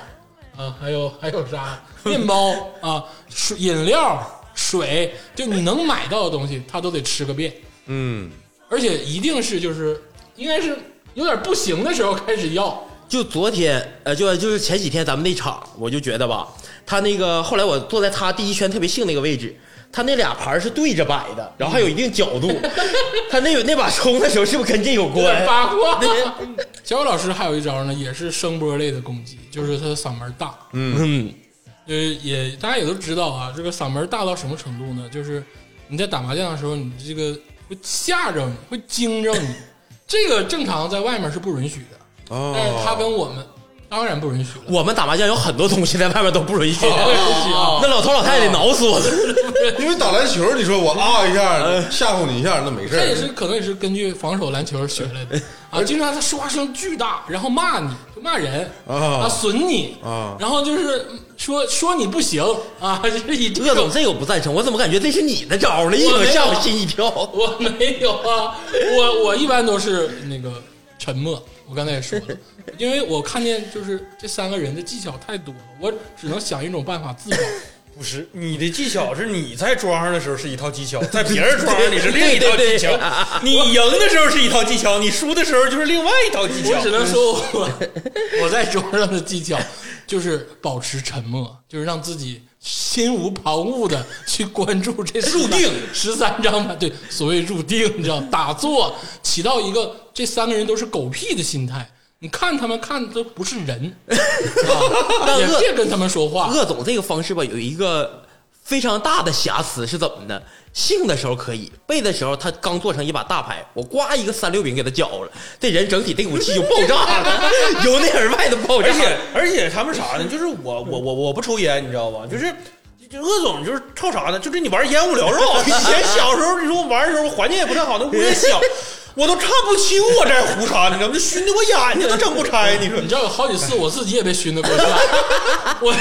啊，还有还有 啥面包啊，水饮料、水，就你能买到的东西，他都得吃个遍。
嗯，
而且一定是就是应该是有点不行的时候开始要
就昨天，呃，就就是前几天咱们那场，我就觉得吧，他那个后来我坐在他第一圈特别幸那个位置，他那俩牌是对着摆的，然后还有一定角度。他那那把冲的时候是不是跟这有
嗯有点
关？
八卦
对。
嗯小伟老师还有一招呢，也是声波类的攻击，就是他的嗓门大。
嗯，
呃，也大家也都知道啊，这个嗓门大到什么程度呢？就是你在打麻将的时候，你这个会吓着你，会惊着你，这个正常在外面是不允许的，
啊，
但
哦
是他跟我们当然不允许了。
我们打麻将有很多东西在外面都不允许。
不允许啊
那老头老太太挠死 我了。
因为打篮球，你说我啊一下吓唬你一下，那没事
哎他也
儿
是可能也是根据防守篮球学来的啊，经常他说话声巨大，然后骂你就骂人
啊
啊，损你
啊
然后就是说说你不行啊， 就是以这
鄂
种
总，这个我不赞成，我怎么感觉这是你的招呢？一
我没
整
有
吓我心一跳。
我没有啊，我我一般都是那个沉默，我刚才也 说了，因为我看见就是这三个人的技巧太多了，我只能想一种办法自保。
不是你的技巧是你在庄上的时候是一套技 巧，在别人庄上你是另一套技巧，你赢的时候是一套技巧，你输的时候就是另外一套技巧
我。只能说我我在桌上的技巧就是保持沉默，就是让自己心无旁骛的去关注这入定十三张牌，对，所谓入定，你知道，打坐起到一个这三个人都是狗屁的心态。你看他们看都不是人， 啊、
但
也
恶
别跟他们说话。
鄂总这个方式吧，有一个非常大的瑕疵是怎么呢？性的时候可以，背的时候他刚做成一把大牌，我呱一个三六饼给他搅了，这人整体这股气就爆炸了， 由内而外的爆炸
而。且而且他们啥呢？就是我我我我不抽烟，你知道吧？就是。就鄂总就是臭啥呢？就是你玩烟雾缭 绕。以前小时候，你说我玩的时候环境也不太好，那屋也小，我都看不清我在胡啥，你知道吗？就熏得我眼睛都睁不开。 你说
你知道有好几次我自己也被熏得过去了，我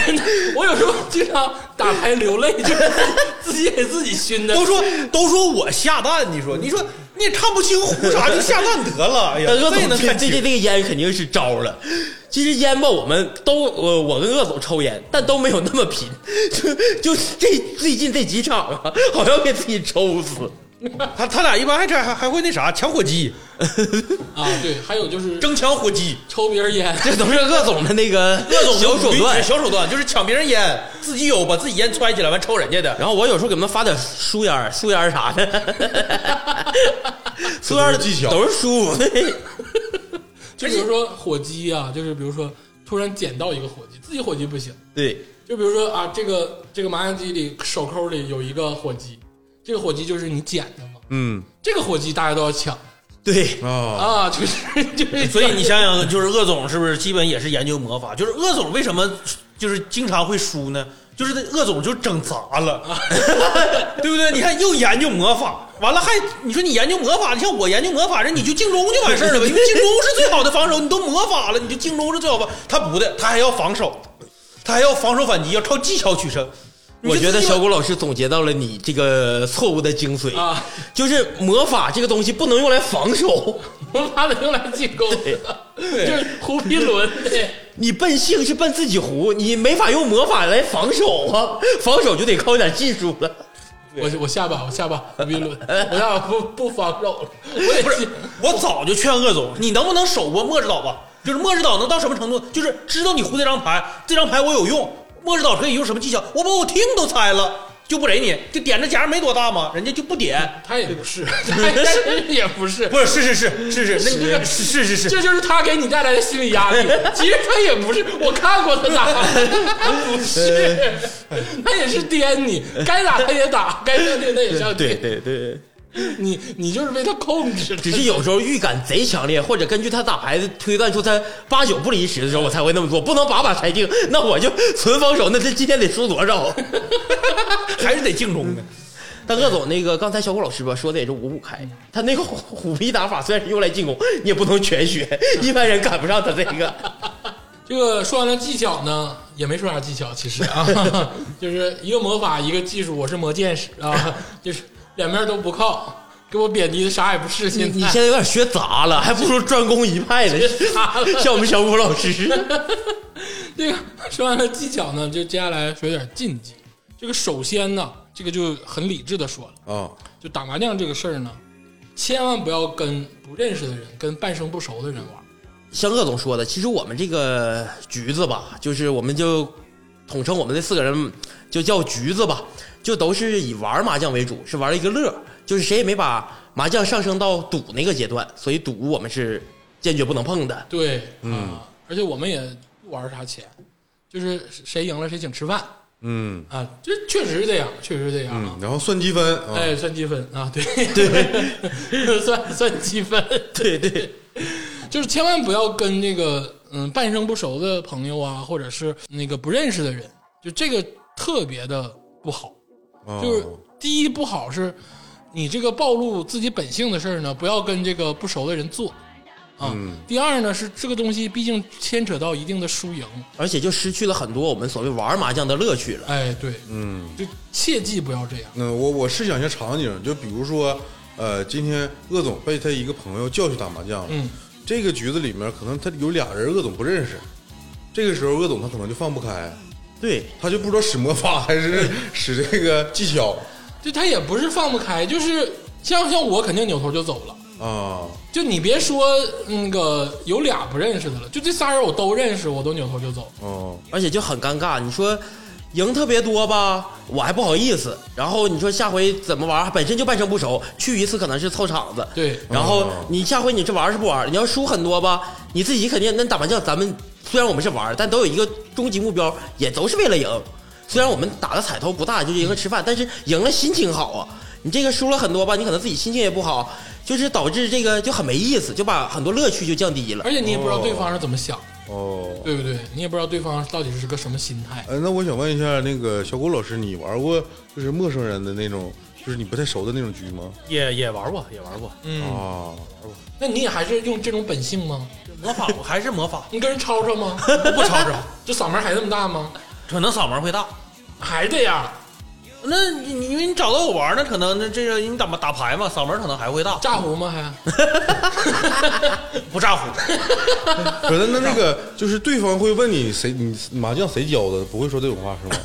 我有时候经常打牌流泪，就是自己给自己熏的。
都说都说我下蛋，你说你说你也看不清胡啥就下蛋得了。 哎呀，
但是鄂
这也
总
能
这
看
这
清
这。个烟肯定是招了。其实烟吧，我们都我我跟鄂总抽烟，但都没有那么贫， 就就这最近这几场啊，好像给自己抽死。
他他俩一般还这还还会那啥抢火 鸡，
啊，对，还有就是
争抢火鸡，
抽别人烟，
这都是鄂总的那个小手段。
小手段就是抢别人烟，自己有把自己烟揣起来，完抽人家的。
然后我有时候给他们发点书烟儿、素烟儿啥的，素烟儿
这都是技巧
都是书。
就比如说火鸡啊，就是比如说突然捡到一个火鸡，自己火鸡不行，
对，
就比如说啊，这个这个麻将机里手抠里有一个火鸡，这个火鸡就是你捡的嘛，
嗯
这个火鸡大家都要抢
对，
啊，
啊，就是 就是，
哦所以 你想想，就是鄂总是不是基本也是研究魔法？就是鄂总为什么就是经常会输呢？就是那鄂总就整砸 了，对不对？你看又研究魔法，完了还你说你研究魔法，你像我研究魔法，人你就进攻就完事儿了呗，因为进攻是最好的防守，你都魔法了，你就进攻是最好吧？他不的，他还要防守，他还要防守反击，要靠技巧取胜。 你
我
就
觉得
自己
小谷老师总结到了你这个错误的精髓
啊，
就是魔法这个东西不能用来防守，
我把它用来进攻， 就是胡皮伦，对
你奔性是奔自己胡，你没法用魔法来防守啊， 防守就得靠一点技术了。
我我下巴我下巴胡皮 伦，我下巴不不防守了，我也
不 是，我早就劝鄂总，你能不能手握末指导吧？就是末指导能到什么程度？就是知道你胡这张牌，这张牌我有用，末指导可以用什么技巧？我把我听都猜了，就不给你，就点这夹没多大嘛，人家就不点。
他也不 是，他也不是，
不是，是是是是是，那你是是是是
这就是他给你带来的心理压 力。其实他也不是，我看过他打，他不是，他也是颠你，该打他也 打，该上天他也上
对
天。
对对，
你你就是被他控制了，
只是有时候预感贼强烈，或者根据他打牌推断出他八九不离十的时候，我才会那么做，不能把把裁定，那我就纯防守，那这今天得输多少？
还是得敬忠的。
但鄂总那个刚才小虎老师吧说的也是五五开，他那个虎 虎皮打法虽然是用来进攻，你也不能全学， 一般人赶不上他这个。
这个说完了技巧呢，也没说啥技巧，其实 啊，就是一个魔法，一个技术，我是魔剑士啊，就是两边都不靠，给我贬低的啥也不是。
你
现
你
在
现在有点学杂了，还不如专攻一派呢， 像我们小虎老师。
这个说完了技巧呢，就接下来说点禁忌。这个首先呢，这个就很理智的说了。
啊，
就打麻将这个事儿呢，千万不要跟不认识的人、跟半生不熟的人玩。
像鄂总说的，其实我们这个局子吧，就是我们就统称我们这四个人就叫局子吧，就都是以玩麻将为主，是玩一个乐儿，就是谁也没把麻将上升到赌那个阶段，所以赌我们是坚决不能碰的。
对，嗯、而且我们也不玩啥钱，就是谁赢了谁请吃饭
嗯
啊，这确实是这样，确实是这样啊
嗯。，然后算积分啊，
哎，算积分啊，对 对，算算积分，对对，就是千万不要跟那个嗯半生不熟的朋友啊，或者是那个不认识的人，就这个特别的不好。
啊
就是第一不好是，你这个暴露自己本性的事儿呢，不要跟这个不熟的人做啊。第二呢是这个东西毕竟牵扯到一定的输赢，
而且就失去了很多我们所谓玩麻将的乐趣了。
哎，对，嗯，就切记不要这样。
嗯，我我试想一下场景，就比如说，呃，今天鄂总被他一个朋友叫去打麻将了，
嗯，
这个局子里面可能他有俩人鄂总不认识，这个时候鄂总他可能就放不开，
对，
他就不知道使魔法还是使这个技巧
就他也不是放不开，就是像像我肯定扭头就走了。
啊，
就你别说那个有俩不认识的了，就这仨人我都认识，我都扭头就走。
哦，
而且就很尴尬。你说赢特别多吧，我还不好意思。然后你说下回怎么玩，本身就半生不熟，去一次可能是凑场子。
对
然后
哦
你下回你这玩是不玩？你要输很多吧，你自己肯定那打麻将，咱们虽然我们是玩，但都有一个终极目标，也都是为了赢。虽然我们打的彩头不大，就是赢了吃饭，但是赢了心情好啊。你这个输了很多吧，你可能自己心情也不好，就是导致这个就很没意思，就把很多乐趣就降低了
而。且你也不知道对方是怎么想，
哦，
对不对？你也不知道对方到底是个什么心态。
呃，那我想问一下那个小谷老师，你玩过就是陌生人的那种，就是你不太熟的那种局吗？
也也玩过，也玩过
嗯，
啊，
那你也还是用这种本性吗？
魔法，我还是魔法，
你跟人吵吵吗？
不吵吵，
这嗓门还那么大吗？
可能嗓门会大。
还这样？
那你你因为你找到我玩儿，那可能那这个你打打牌嘛，嗓门可能还会大，
炸胡吗还？
不炸呼。
不是那那那个就是对方会问你谁你麻将谁教的，不会说这种话是吗？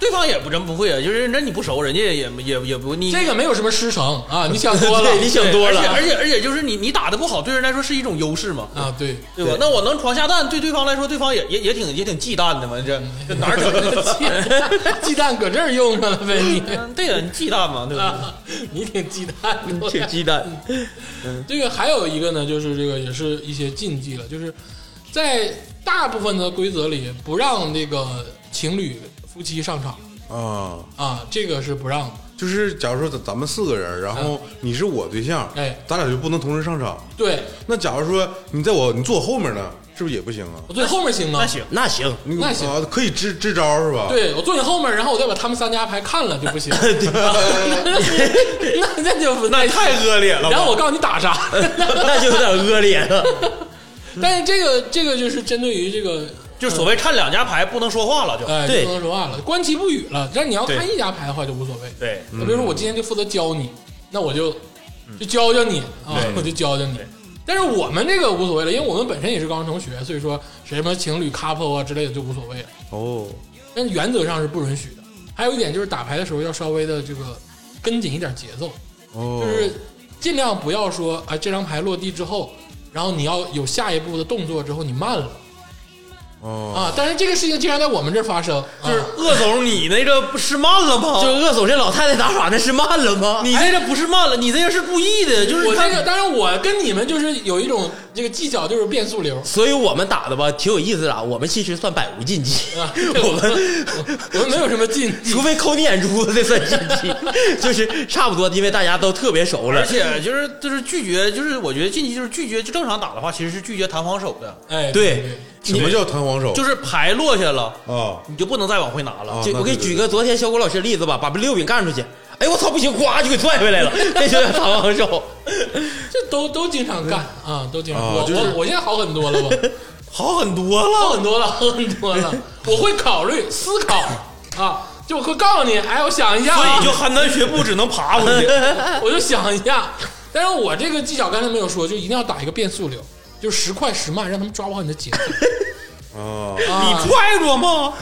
对方也不真不会啊，就是那你不熟，人家也也也不你
这个没有什么师承啊，你想多了
对，你想多了
对而且而且而且就是你你打的不好，对人来说是一种优势嘛，
啊，对，
对吧？那我能传下蛋，对对方来说，对方也也也挺也挺忌惮的嘛，这这哪儿整的？
鸡蛋搁这儿用上了呗 你。
嗯对呀，你忌惮嘛，对吧？
啊，你挺鸡蛋的，
挺鸡蛋，
这个还有一个呢，就是这个也是一些禁忌了，就是在大部分的规则里不让这个情侣夫妻上场
啊，
啊，这个是不让的。
就是假如说咱咱们四个人，然后你是我对象，
嗯哎
咱俩就不能同时上场。
对，
那假如说你在我你坐我后面呢，是不是也不行啊？
我坐你后面行吗？
那行，
那行，
你
那行
啊，可以支支招是吧？，
对我坐你后面，然后我再把他们三家牌看了就不行， 那那就不
那太恶劣了吧。
然后我告诉你打啥，
那就有点恶劣了。
但是这个这个就是针对于这个，
就所谓看两家牌不能说话了，就
哎，就
对
不能说话了，观其不语了。但是你要看
对
一家牌的话就无所谓。
对。嗯
比如说我今天就负责教你，那我就就教教你啊
对，
我就教教你。但是我们这个无所谓了，因为我们本身也是高中同学，所以说什么情侣 couple 啊之类的就无所谓了。
哦，
但原则上是不允许的。还有一点就是打牌的时候要稍微的这个跟紧一点节奏，
哦，
就是尽量不要说啊这张牌落地之后，然后你要有下一步的动作之后你慢了
哦，
啊。但是这个事情经常在我们这儿发生，
就是
啊
鄂总，你那个不是慢了吗？
就鄂总这老太太打法，那是慢了吗？
你这个不是慢了，你这个是故意的，就是
我
他
这个，当然我跟你们就是有一种这个技巧，就是变速流。
所以我们打的吧，挺有意思的啊。我们其实算百无禁忌，
啊
我们
我们没有什么禁 忌。
除非抠你眼珠子这算禁忌， 就是差不多，因为大家都特别熟了
而。且就是就是拒绝，就是我觉得禁忌就是拒绝，就正常打的话，其实是拒绝弹簧手的，
哎，
对，
嗯
什么叫弹簧手？
就是牌落下了，
啊，
你就不能再往回拿了。
啊
就
那
我给
对对
举个昨天小谷老师的例子吧，把六饼干出去，哎呦我操不行，呱就给拽回来了，这就叫弹簧手。
这都都经常干啊，都经常。
啊
我
就是
我我现在好很多了吧？
好很多了，
好很多了，好很多了。我会考虑思考啊，就我会告诉你，哎，我想一下
所
啊，
以就邯郸学步只能爬 回去。
我就想一下。但是我这个技巧刚才没有说，就一定要打一个变速流，就时快时慢，让他们抓不好你的节奏。
哦
啊，
你快过吗？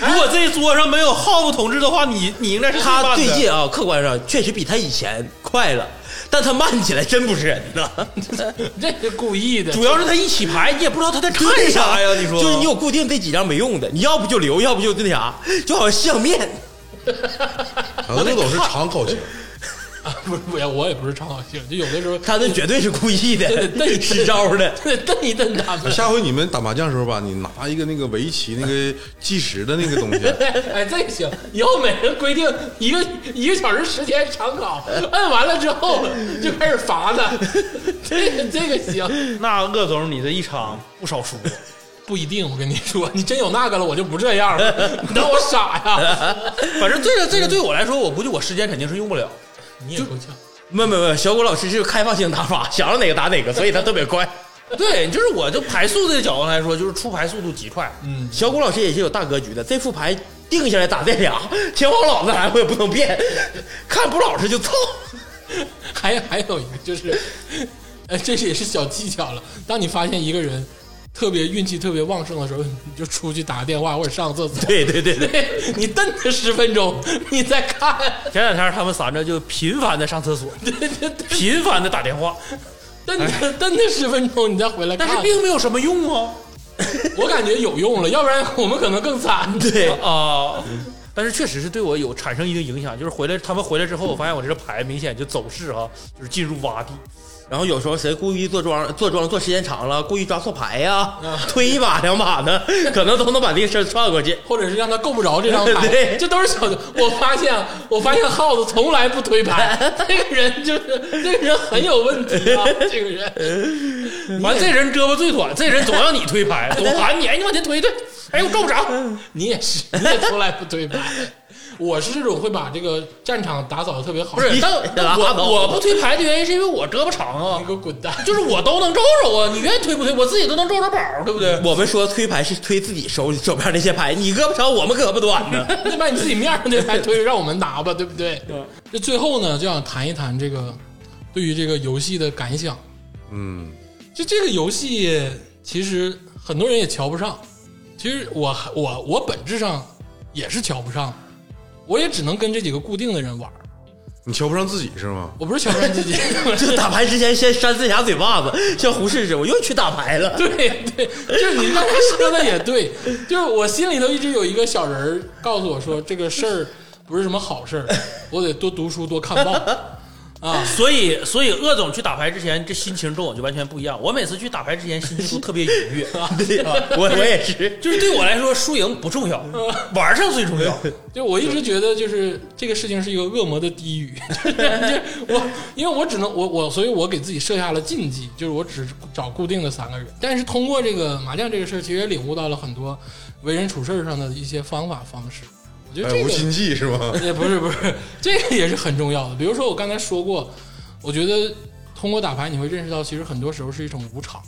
如果这桌上没有浩子同志的话，你你应该是
他
最
最
慢的
近啊，客观上确实比他以前快了，但他慢起来真不是人呐。
这是故意的。
主要是他一起牌，你也不知道他在看啥呀？你说
就是你有固定这几张没用的，你要不就留，要不就那啥，就好像相面。
啊，那总是常考 型，
啊， 不是，我也我也不是常好性，就有的时 候
他那绝对是故意的
对对，
使招的。
瞪一瞪他 们。
下回你们打麻将的时候吧，你拿一个那个围棋那个计时的那个 东西，
哎，这个行，以后每人规定一个一个小时时间长 考，摁完了之后就开始罚他。这个这个行，
那鄂总，你这一场不少 输。
不一定。我跟你说，你真有那个了，我就不这样了。你当我傻 呀？
反正这个这个对我来说，我估计我时间肯定是用不了。
你也够呛。
没有没有没有，小谷老师是开放性打法，想让哪个打哪个，所以他特别快。
对，就是我就排速这个角度来说，就是出牌速度极快。
嗯，
小谷老师也是有大格局的，这副牌定下来打这俩， 天王老子来我也不能变， 看不老实就操。
还有还有一个就是，呃，这是也是小技巧了。当你发现一个人特别运气特别旺盛的时候，你就出去打个电话或者上个厕所。
对对对对，
对 你瞪他十分钟，你再看，
前两天他们三个就频繁的上厕 所，频繁的打电话，
瞪他瞪他十分钟，你再回来看。
哎但是并没有什么用啊
我感觉有用了，要不然我们可能更惨。
对
啊、但是确实是对我有产生一定影响，就是回来他们回来之后，我发现我这个牌明显就走势哈、就是进入洼地。
然后有时候谁故意做庄，做庄做时间长了，故意抓错牌呀、
啊
推一把两把的， 可能都能把这个事儿串过去。
或者是让他够不着这张牌，
对
这都是小。我发现啊，我发现耗子从来不推牌，这个人就是这个人很有问题啊，这个人。
完，这人胳膊最短，这人总让你推牌，总喊你，哎，你往前推一推，哎，我够不着。
你也是，你也从来不推牌。我是这种会把这个战场打扫的特别好，
不是，但
拉倒
我我不推牌的原因是因为我胳膊长啊
你，给我滚蛋！
就是我都能招手啊，你愿意推不推，我自己都能招着宝，对不对？
我们说推牌是推自己手手边那些牌，你胳膊长，我 们胳膊短呢。
那把你自己面上的牌推让我们拿吧，对不对？这最后呢，就想谈一谈这个对于这个游戏的感想。
嗯，
就这个游戏，其实很多人也瞧不上。其实我还我我本质上也是瞧不上，我也只能跟这几个固定的人玩儿。
你瞧不上自己是吗？
我不是瞧不上自己，
就打牌之前先扇自己俩嘴巴子，像胡适似的，我又去打牌了。
对对，就是你刚才说的也对，就是我心里头一直有一个小人儿告诉我说，这个事儿不是什么好事儿，我得多读书，多看报。
所以，所以鄂总去打牌之前，这心情跟我就完全不一样。我每次去打牌之前，心情都特别愉 悦，
对，我我也是，
就是对我来说，输赢不重要，玩上最重 要。
就我一直觉得，就是这个事情是一个恶魔的低语， 就是我，因为我只能我我，所以我给自己设下了禁忌，就是我只找固定的三个人。但是通过这个麻将这个事儿，其实也领悟到了很多为人处事上的一些方法方式。我觉得这
哎，无
个
心计是吗？
也不是不是，这个也是很重要的。比如说我刚才说过，我觉得通过打牌你会认识到，其实很多时候是一种无常，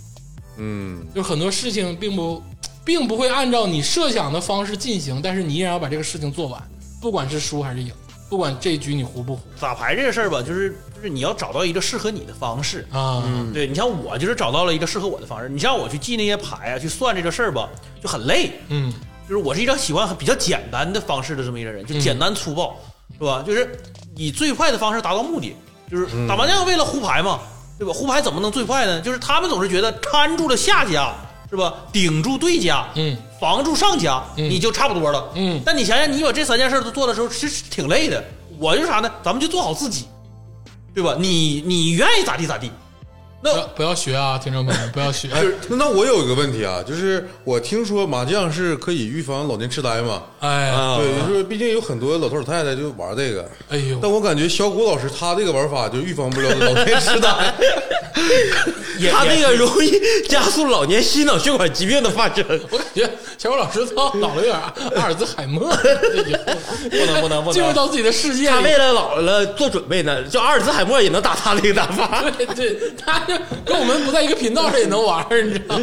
嗯，
就很多事情并不并不会按照你设想的方式进行，但是你依然要把这个事情做完，不管是输还是赢，不管这一局你胡不胡
打牌这个事儿吧，就是就是你要找到一个适合你的方式。
啊。
对你像我就是找到了一个适合我的方式。你像我去记那些牌啊，去算这个事儿吧，就很累。
嗯
就是我是一个喜欢比较简单的方式的这么一个人，就
嗯
简单粗暴，是吧？就是以最快的方式达到目的，就是打麻将为了胡牌嘛，对吧？胡牌怎么能最快呢？就是他们总是觉得看住了下家，是吧？顶住对家，
嗯
防住上家，
嗯
你就差不多了。
嗯
但你想想，你把这三件事都做的时候，其实挺累的。我就是啥呢？咱们就做好自己，对吧？你你愿意咋地咋地。那
不要不要学啊，听众朋友们，不要学。
哎，那那我有一个问题啊，就是我听说麻将是可以预防老年痴呆嘛？
哎，
对，就是毕竟有很多老头老太太就玩这个，
哎呦，
但我感觉小谷老师他这个玩法就预防不了老年痴呆。
也
他那
也
个容易加速老年心脑血管疾病的发生。
我感觉小虎老师操，脑子有点阿尔兹海默，这以后
不能不能不
进入
能，
到自己的世界里。
他为了老了做准备呢，就阿尔兹海默也能打他那个打发。
对对，他就跟我们不在一个频道上也能玩儿，你知道？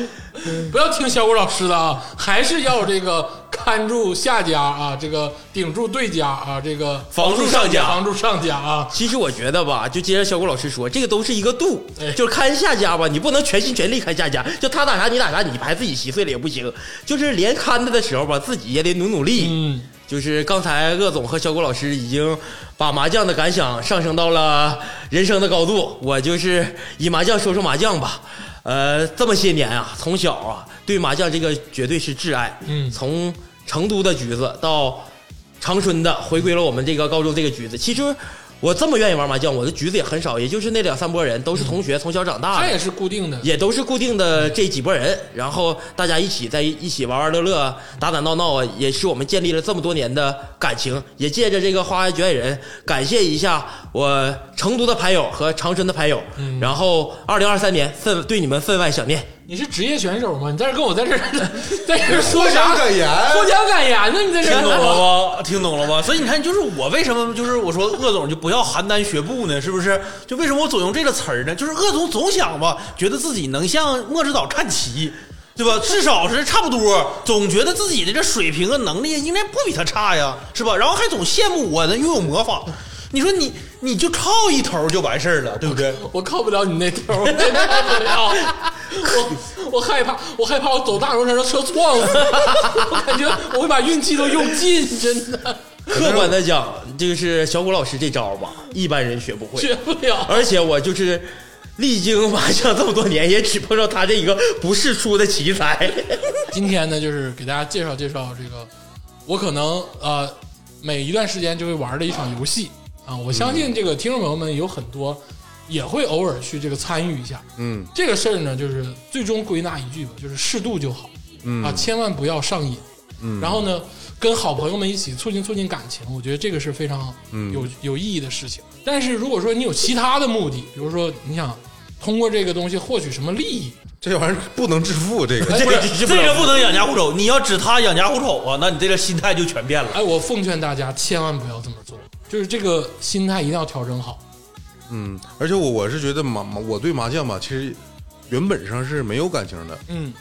不要听小谷老师的啊，还是要这个看住下家啊，这个顶住对家啊，这个
防住上家
防住上家啊。
其实我觉得吧，就接着小谷老师说，这个都是一个度
哎，
就是看下家吧，你不能全心全力看下家，就他打啥你打啥，你牌自己稀碎了也不行，就是连看他的时候吧，自己也得努努力。
嗯，
就是刚才鄂总和小谷老师已经把麻将的感想上升到了人生的高度，我就是以麻将说说麻将吧。呃，这么些年啊，从小啊，对麻将这个绝对是挚爱。
嗯
从成都的局子到长春的，回归了我们这个高中这个局子。其实我这么愿意玩麻将，我的局子也很少，也就是那两三拨人，都是同学，从小长大的。
他也是固定的，
也都是固定的这几拨人，然后大家一起在一起玩玩乐乐、打打闹闹啊，也是我们建立了这么多年的感情。也借着这个《花外局外人》，感谢一下我成都的牌友和长春的牌友。然后，二零二三年分对你们分外想念。
你是职业选手吗？你在这跟我在这儿 在这儿说
奖
啥？
感言，
获奖感言呢？你在这
听懂
儿？
啊
了吧？听懂了吧？所以你看，就是我为什么就是我说鄂总就不要邯郸学步呢？是不是？就为什么我总用这个词儿呢？就是鄂总总想吧，觉得自己能向莫指导看齐，对吧？至少是差不多，总觉得自己的这水平和能力应该不比他差呀，是吧？然后还总羡慕我能拥有魔法。你说你你就靠一头就完事儿了，对不对？
我靠不了你那头儿，我真的靠不了。我我害怕，我害怕我走大路上让车撞死，我感觉我会把运气都用尽，真的
客观的讲，就是小谷老师这招吧，一般人学不会。
学不了。
而且我就是历经麻将这么多年，也 只碰到他这一个不世出的奇才。
今天呢，就是给大家介绍介绍这个，我可能呃每一段时间就会玩的一场游戏啊。我相
嗯
信这个听众朋友们有很多也会偶尔去这个参与一下。
嗯
这个事儿呢，就是最终归纳一句吧，就是适度就好啊，
嗯
千万不要上瘾。
嗯
然后呢，跟好朋友们一起促进促进感情，我觉得这个是非常
嗯
有有意义的事情。但是如果说你有其他的目的，比如说你想通过这个东西获取什么利益。
这玩意儿不能致富，这个
哎
这
不是
这这个不能养家糊口，你要指他养家糊口啊，那你这个心态就全变了。
哎，我奉劝大家千万不要这么做，就是这个心态一定要调整好。
嗯，而且我我是觉得麻麻，我对麻将吧，其实原本上是没有感情的，
嗯，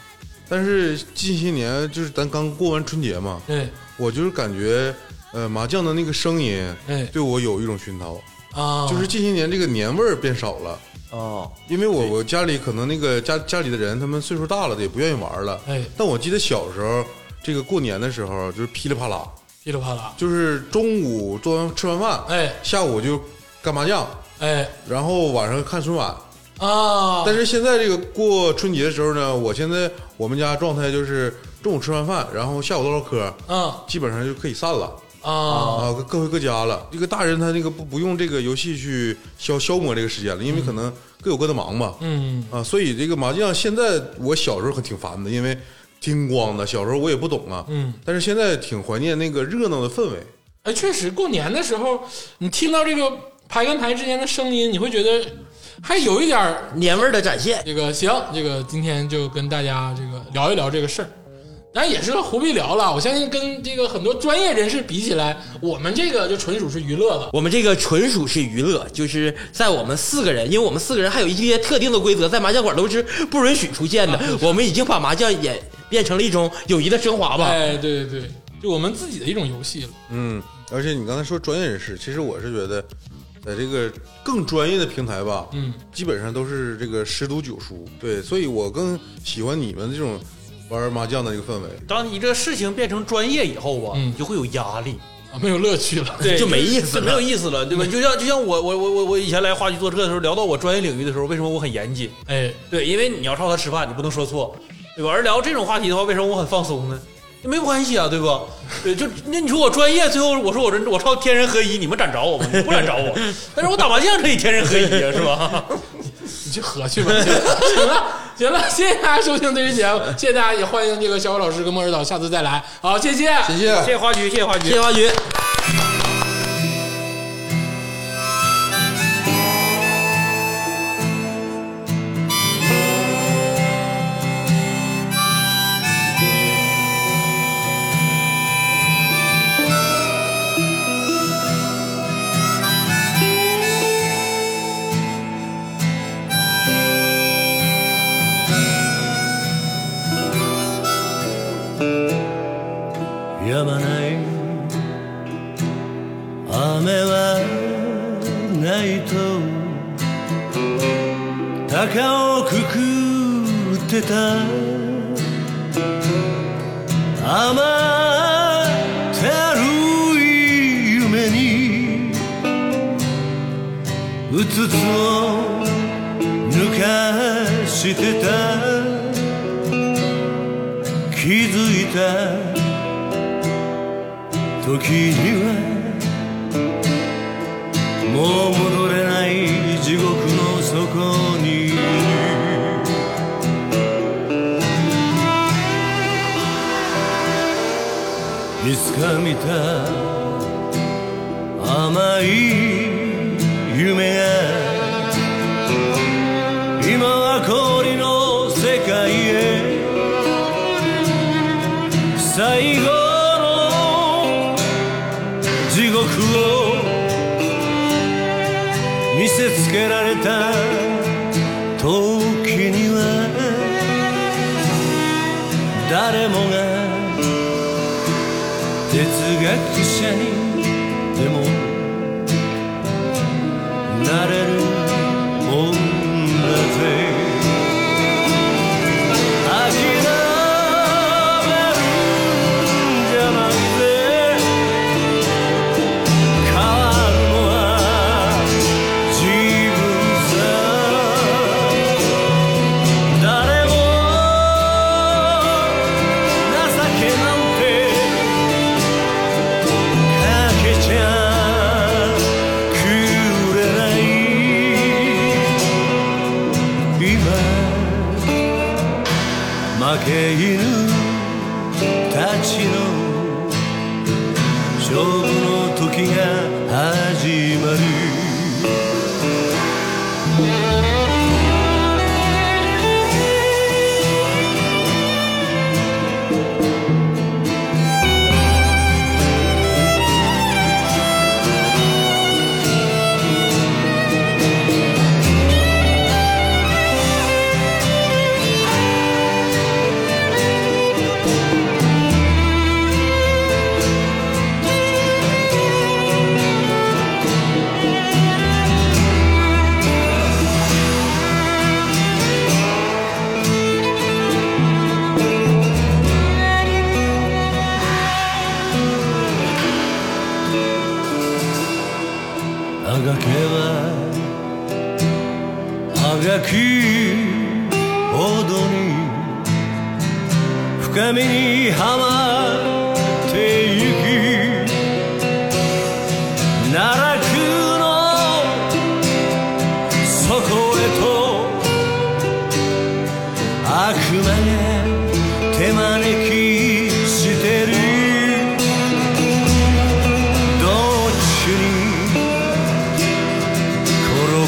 但是近些年就是咱刚过完春节嘛，
对，
我就是感觉呃麻将的那个声音
哎
对我有一种熏陶，
啊，
就是近些年这个年味儿变少了。
哦，
因为我我家里可能那个家家里的人他们岁数大了的也不愿意玩了，
哎
但我记得小时候这个过年的时候就是噼里啪啦，
噼里啪啦，
就是中午做完吃完饭，
哎
下午就干麻将，
哎
然后晚上看春晚。
啊，
但是现在这个过春节的时候呢，我现在我们家状态就是中午吃完饭，然后下午唠唠嗑，
嗯
基本上就可以散了。
啊
啊，各各回各家了。这个大人他那个不不用这个游戏去消消磨这个时间了，因为可能各有各的忙嘛。
嗯
啊，所以这个麻将现在我小时候很挺烦的，因为听光的，小时候我也不懂啊。
嗯，
但是现在挺怀念那个热闹的氛围。
哎，确实过年的时候，你听到这个牌跟牌之间的声音，你会觉得还有一点儿
年味儿的展现，
这个行，这个今天就跟大家这个聊一聊这个事儿，当然也是胡必聊了。我相信跟这个很多专业人士比起来，我们这个就纯属是娱乐了。
我们这个纯属是娱乐，就是在我们四个人，因为我们四个人还有一些特定的规则，在麻将馆都是啊不允许出现的。我们已经把麻将也变成了一种友谊的升华吧。
哎，对对对，就我们自己的一种游戏了。
嗯，而且你刚才说专业人士，其实我是觉得，在这个更专业的平台吧，
嗯，
基本上都是这个十赌九输。对，所以我更喜欢你们这种玩麻将的这个氛围。
当你这个事情变成专业以后吧，啊
嗯
你就会有压力，
啊，没有乐趣了。
对，
就没意思了
没有意思了，对吧？就像就像我我我我我以前来话剧做这的时候，聊到我专业领域的时候，为什么我很严谨？
哎，
对，因为你要靠他吃饭，你不能说错，对吧？而聊这种话题的话，为什么我很放松呢？没关系啊，对吧？对，就那你说我专业，最后我说我这我操天人合一，你们敢找我吗？你不敢找我，但是我打麻将可以天人合一啊，是吧？
你去喝去吧。行了，行了，谢谢大家收听这期节目，谢谢大家，也欢迎这个小虎老师跟莫指导下次再来。好，谢谢，
谢啊谢。
谢谢花菊，谢谢花菊
谢谢。花菊。
ない雨はないと高をくくってた甘ったるい夢にうつつを抜かしてた気づいた時にはもう戻れない地獄の底にいつか見た甘い夢が今は氷の世界へ最後の地獄を見せつけられた時には誰もが哲学者にでもなれるもんだぜ諦めるんじゃなくて変わるのは自分さ誰も情けなんてかけちゃくれない今負け犬たちの勝負の時が始まるがくほどに深みにはまってゆく奈落の底へと悪魔が手招きしてるどっちに転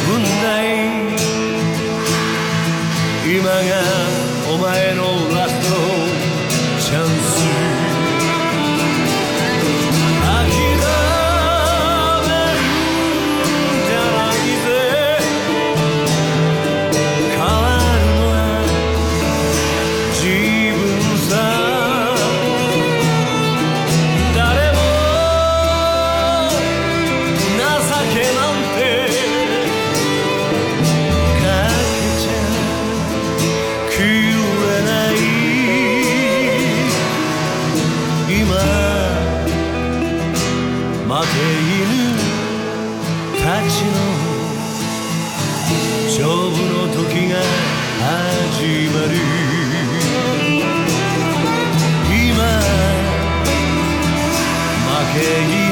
ぶんだい今がお前のラストチャンス諦めるんじゃないぜ変わるのは自分さ誰も情けなんてかけちゃくれない今待て犬たちの勝負の時が始まる今負け犬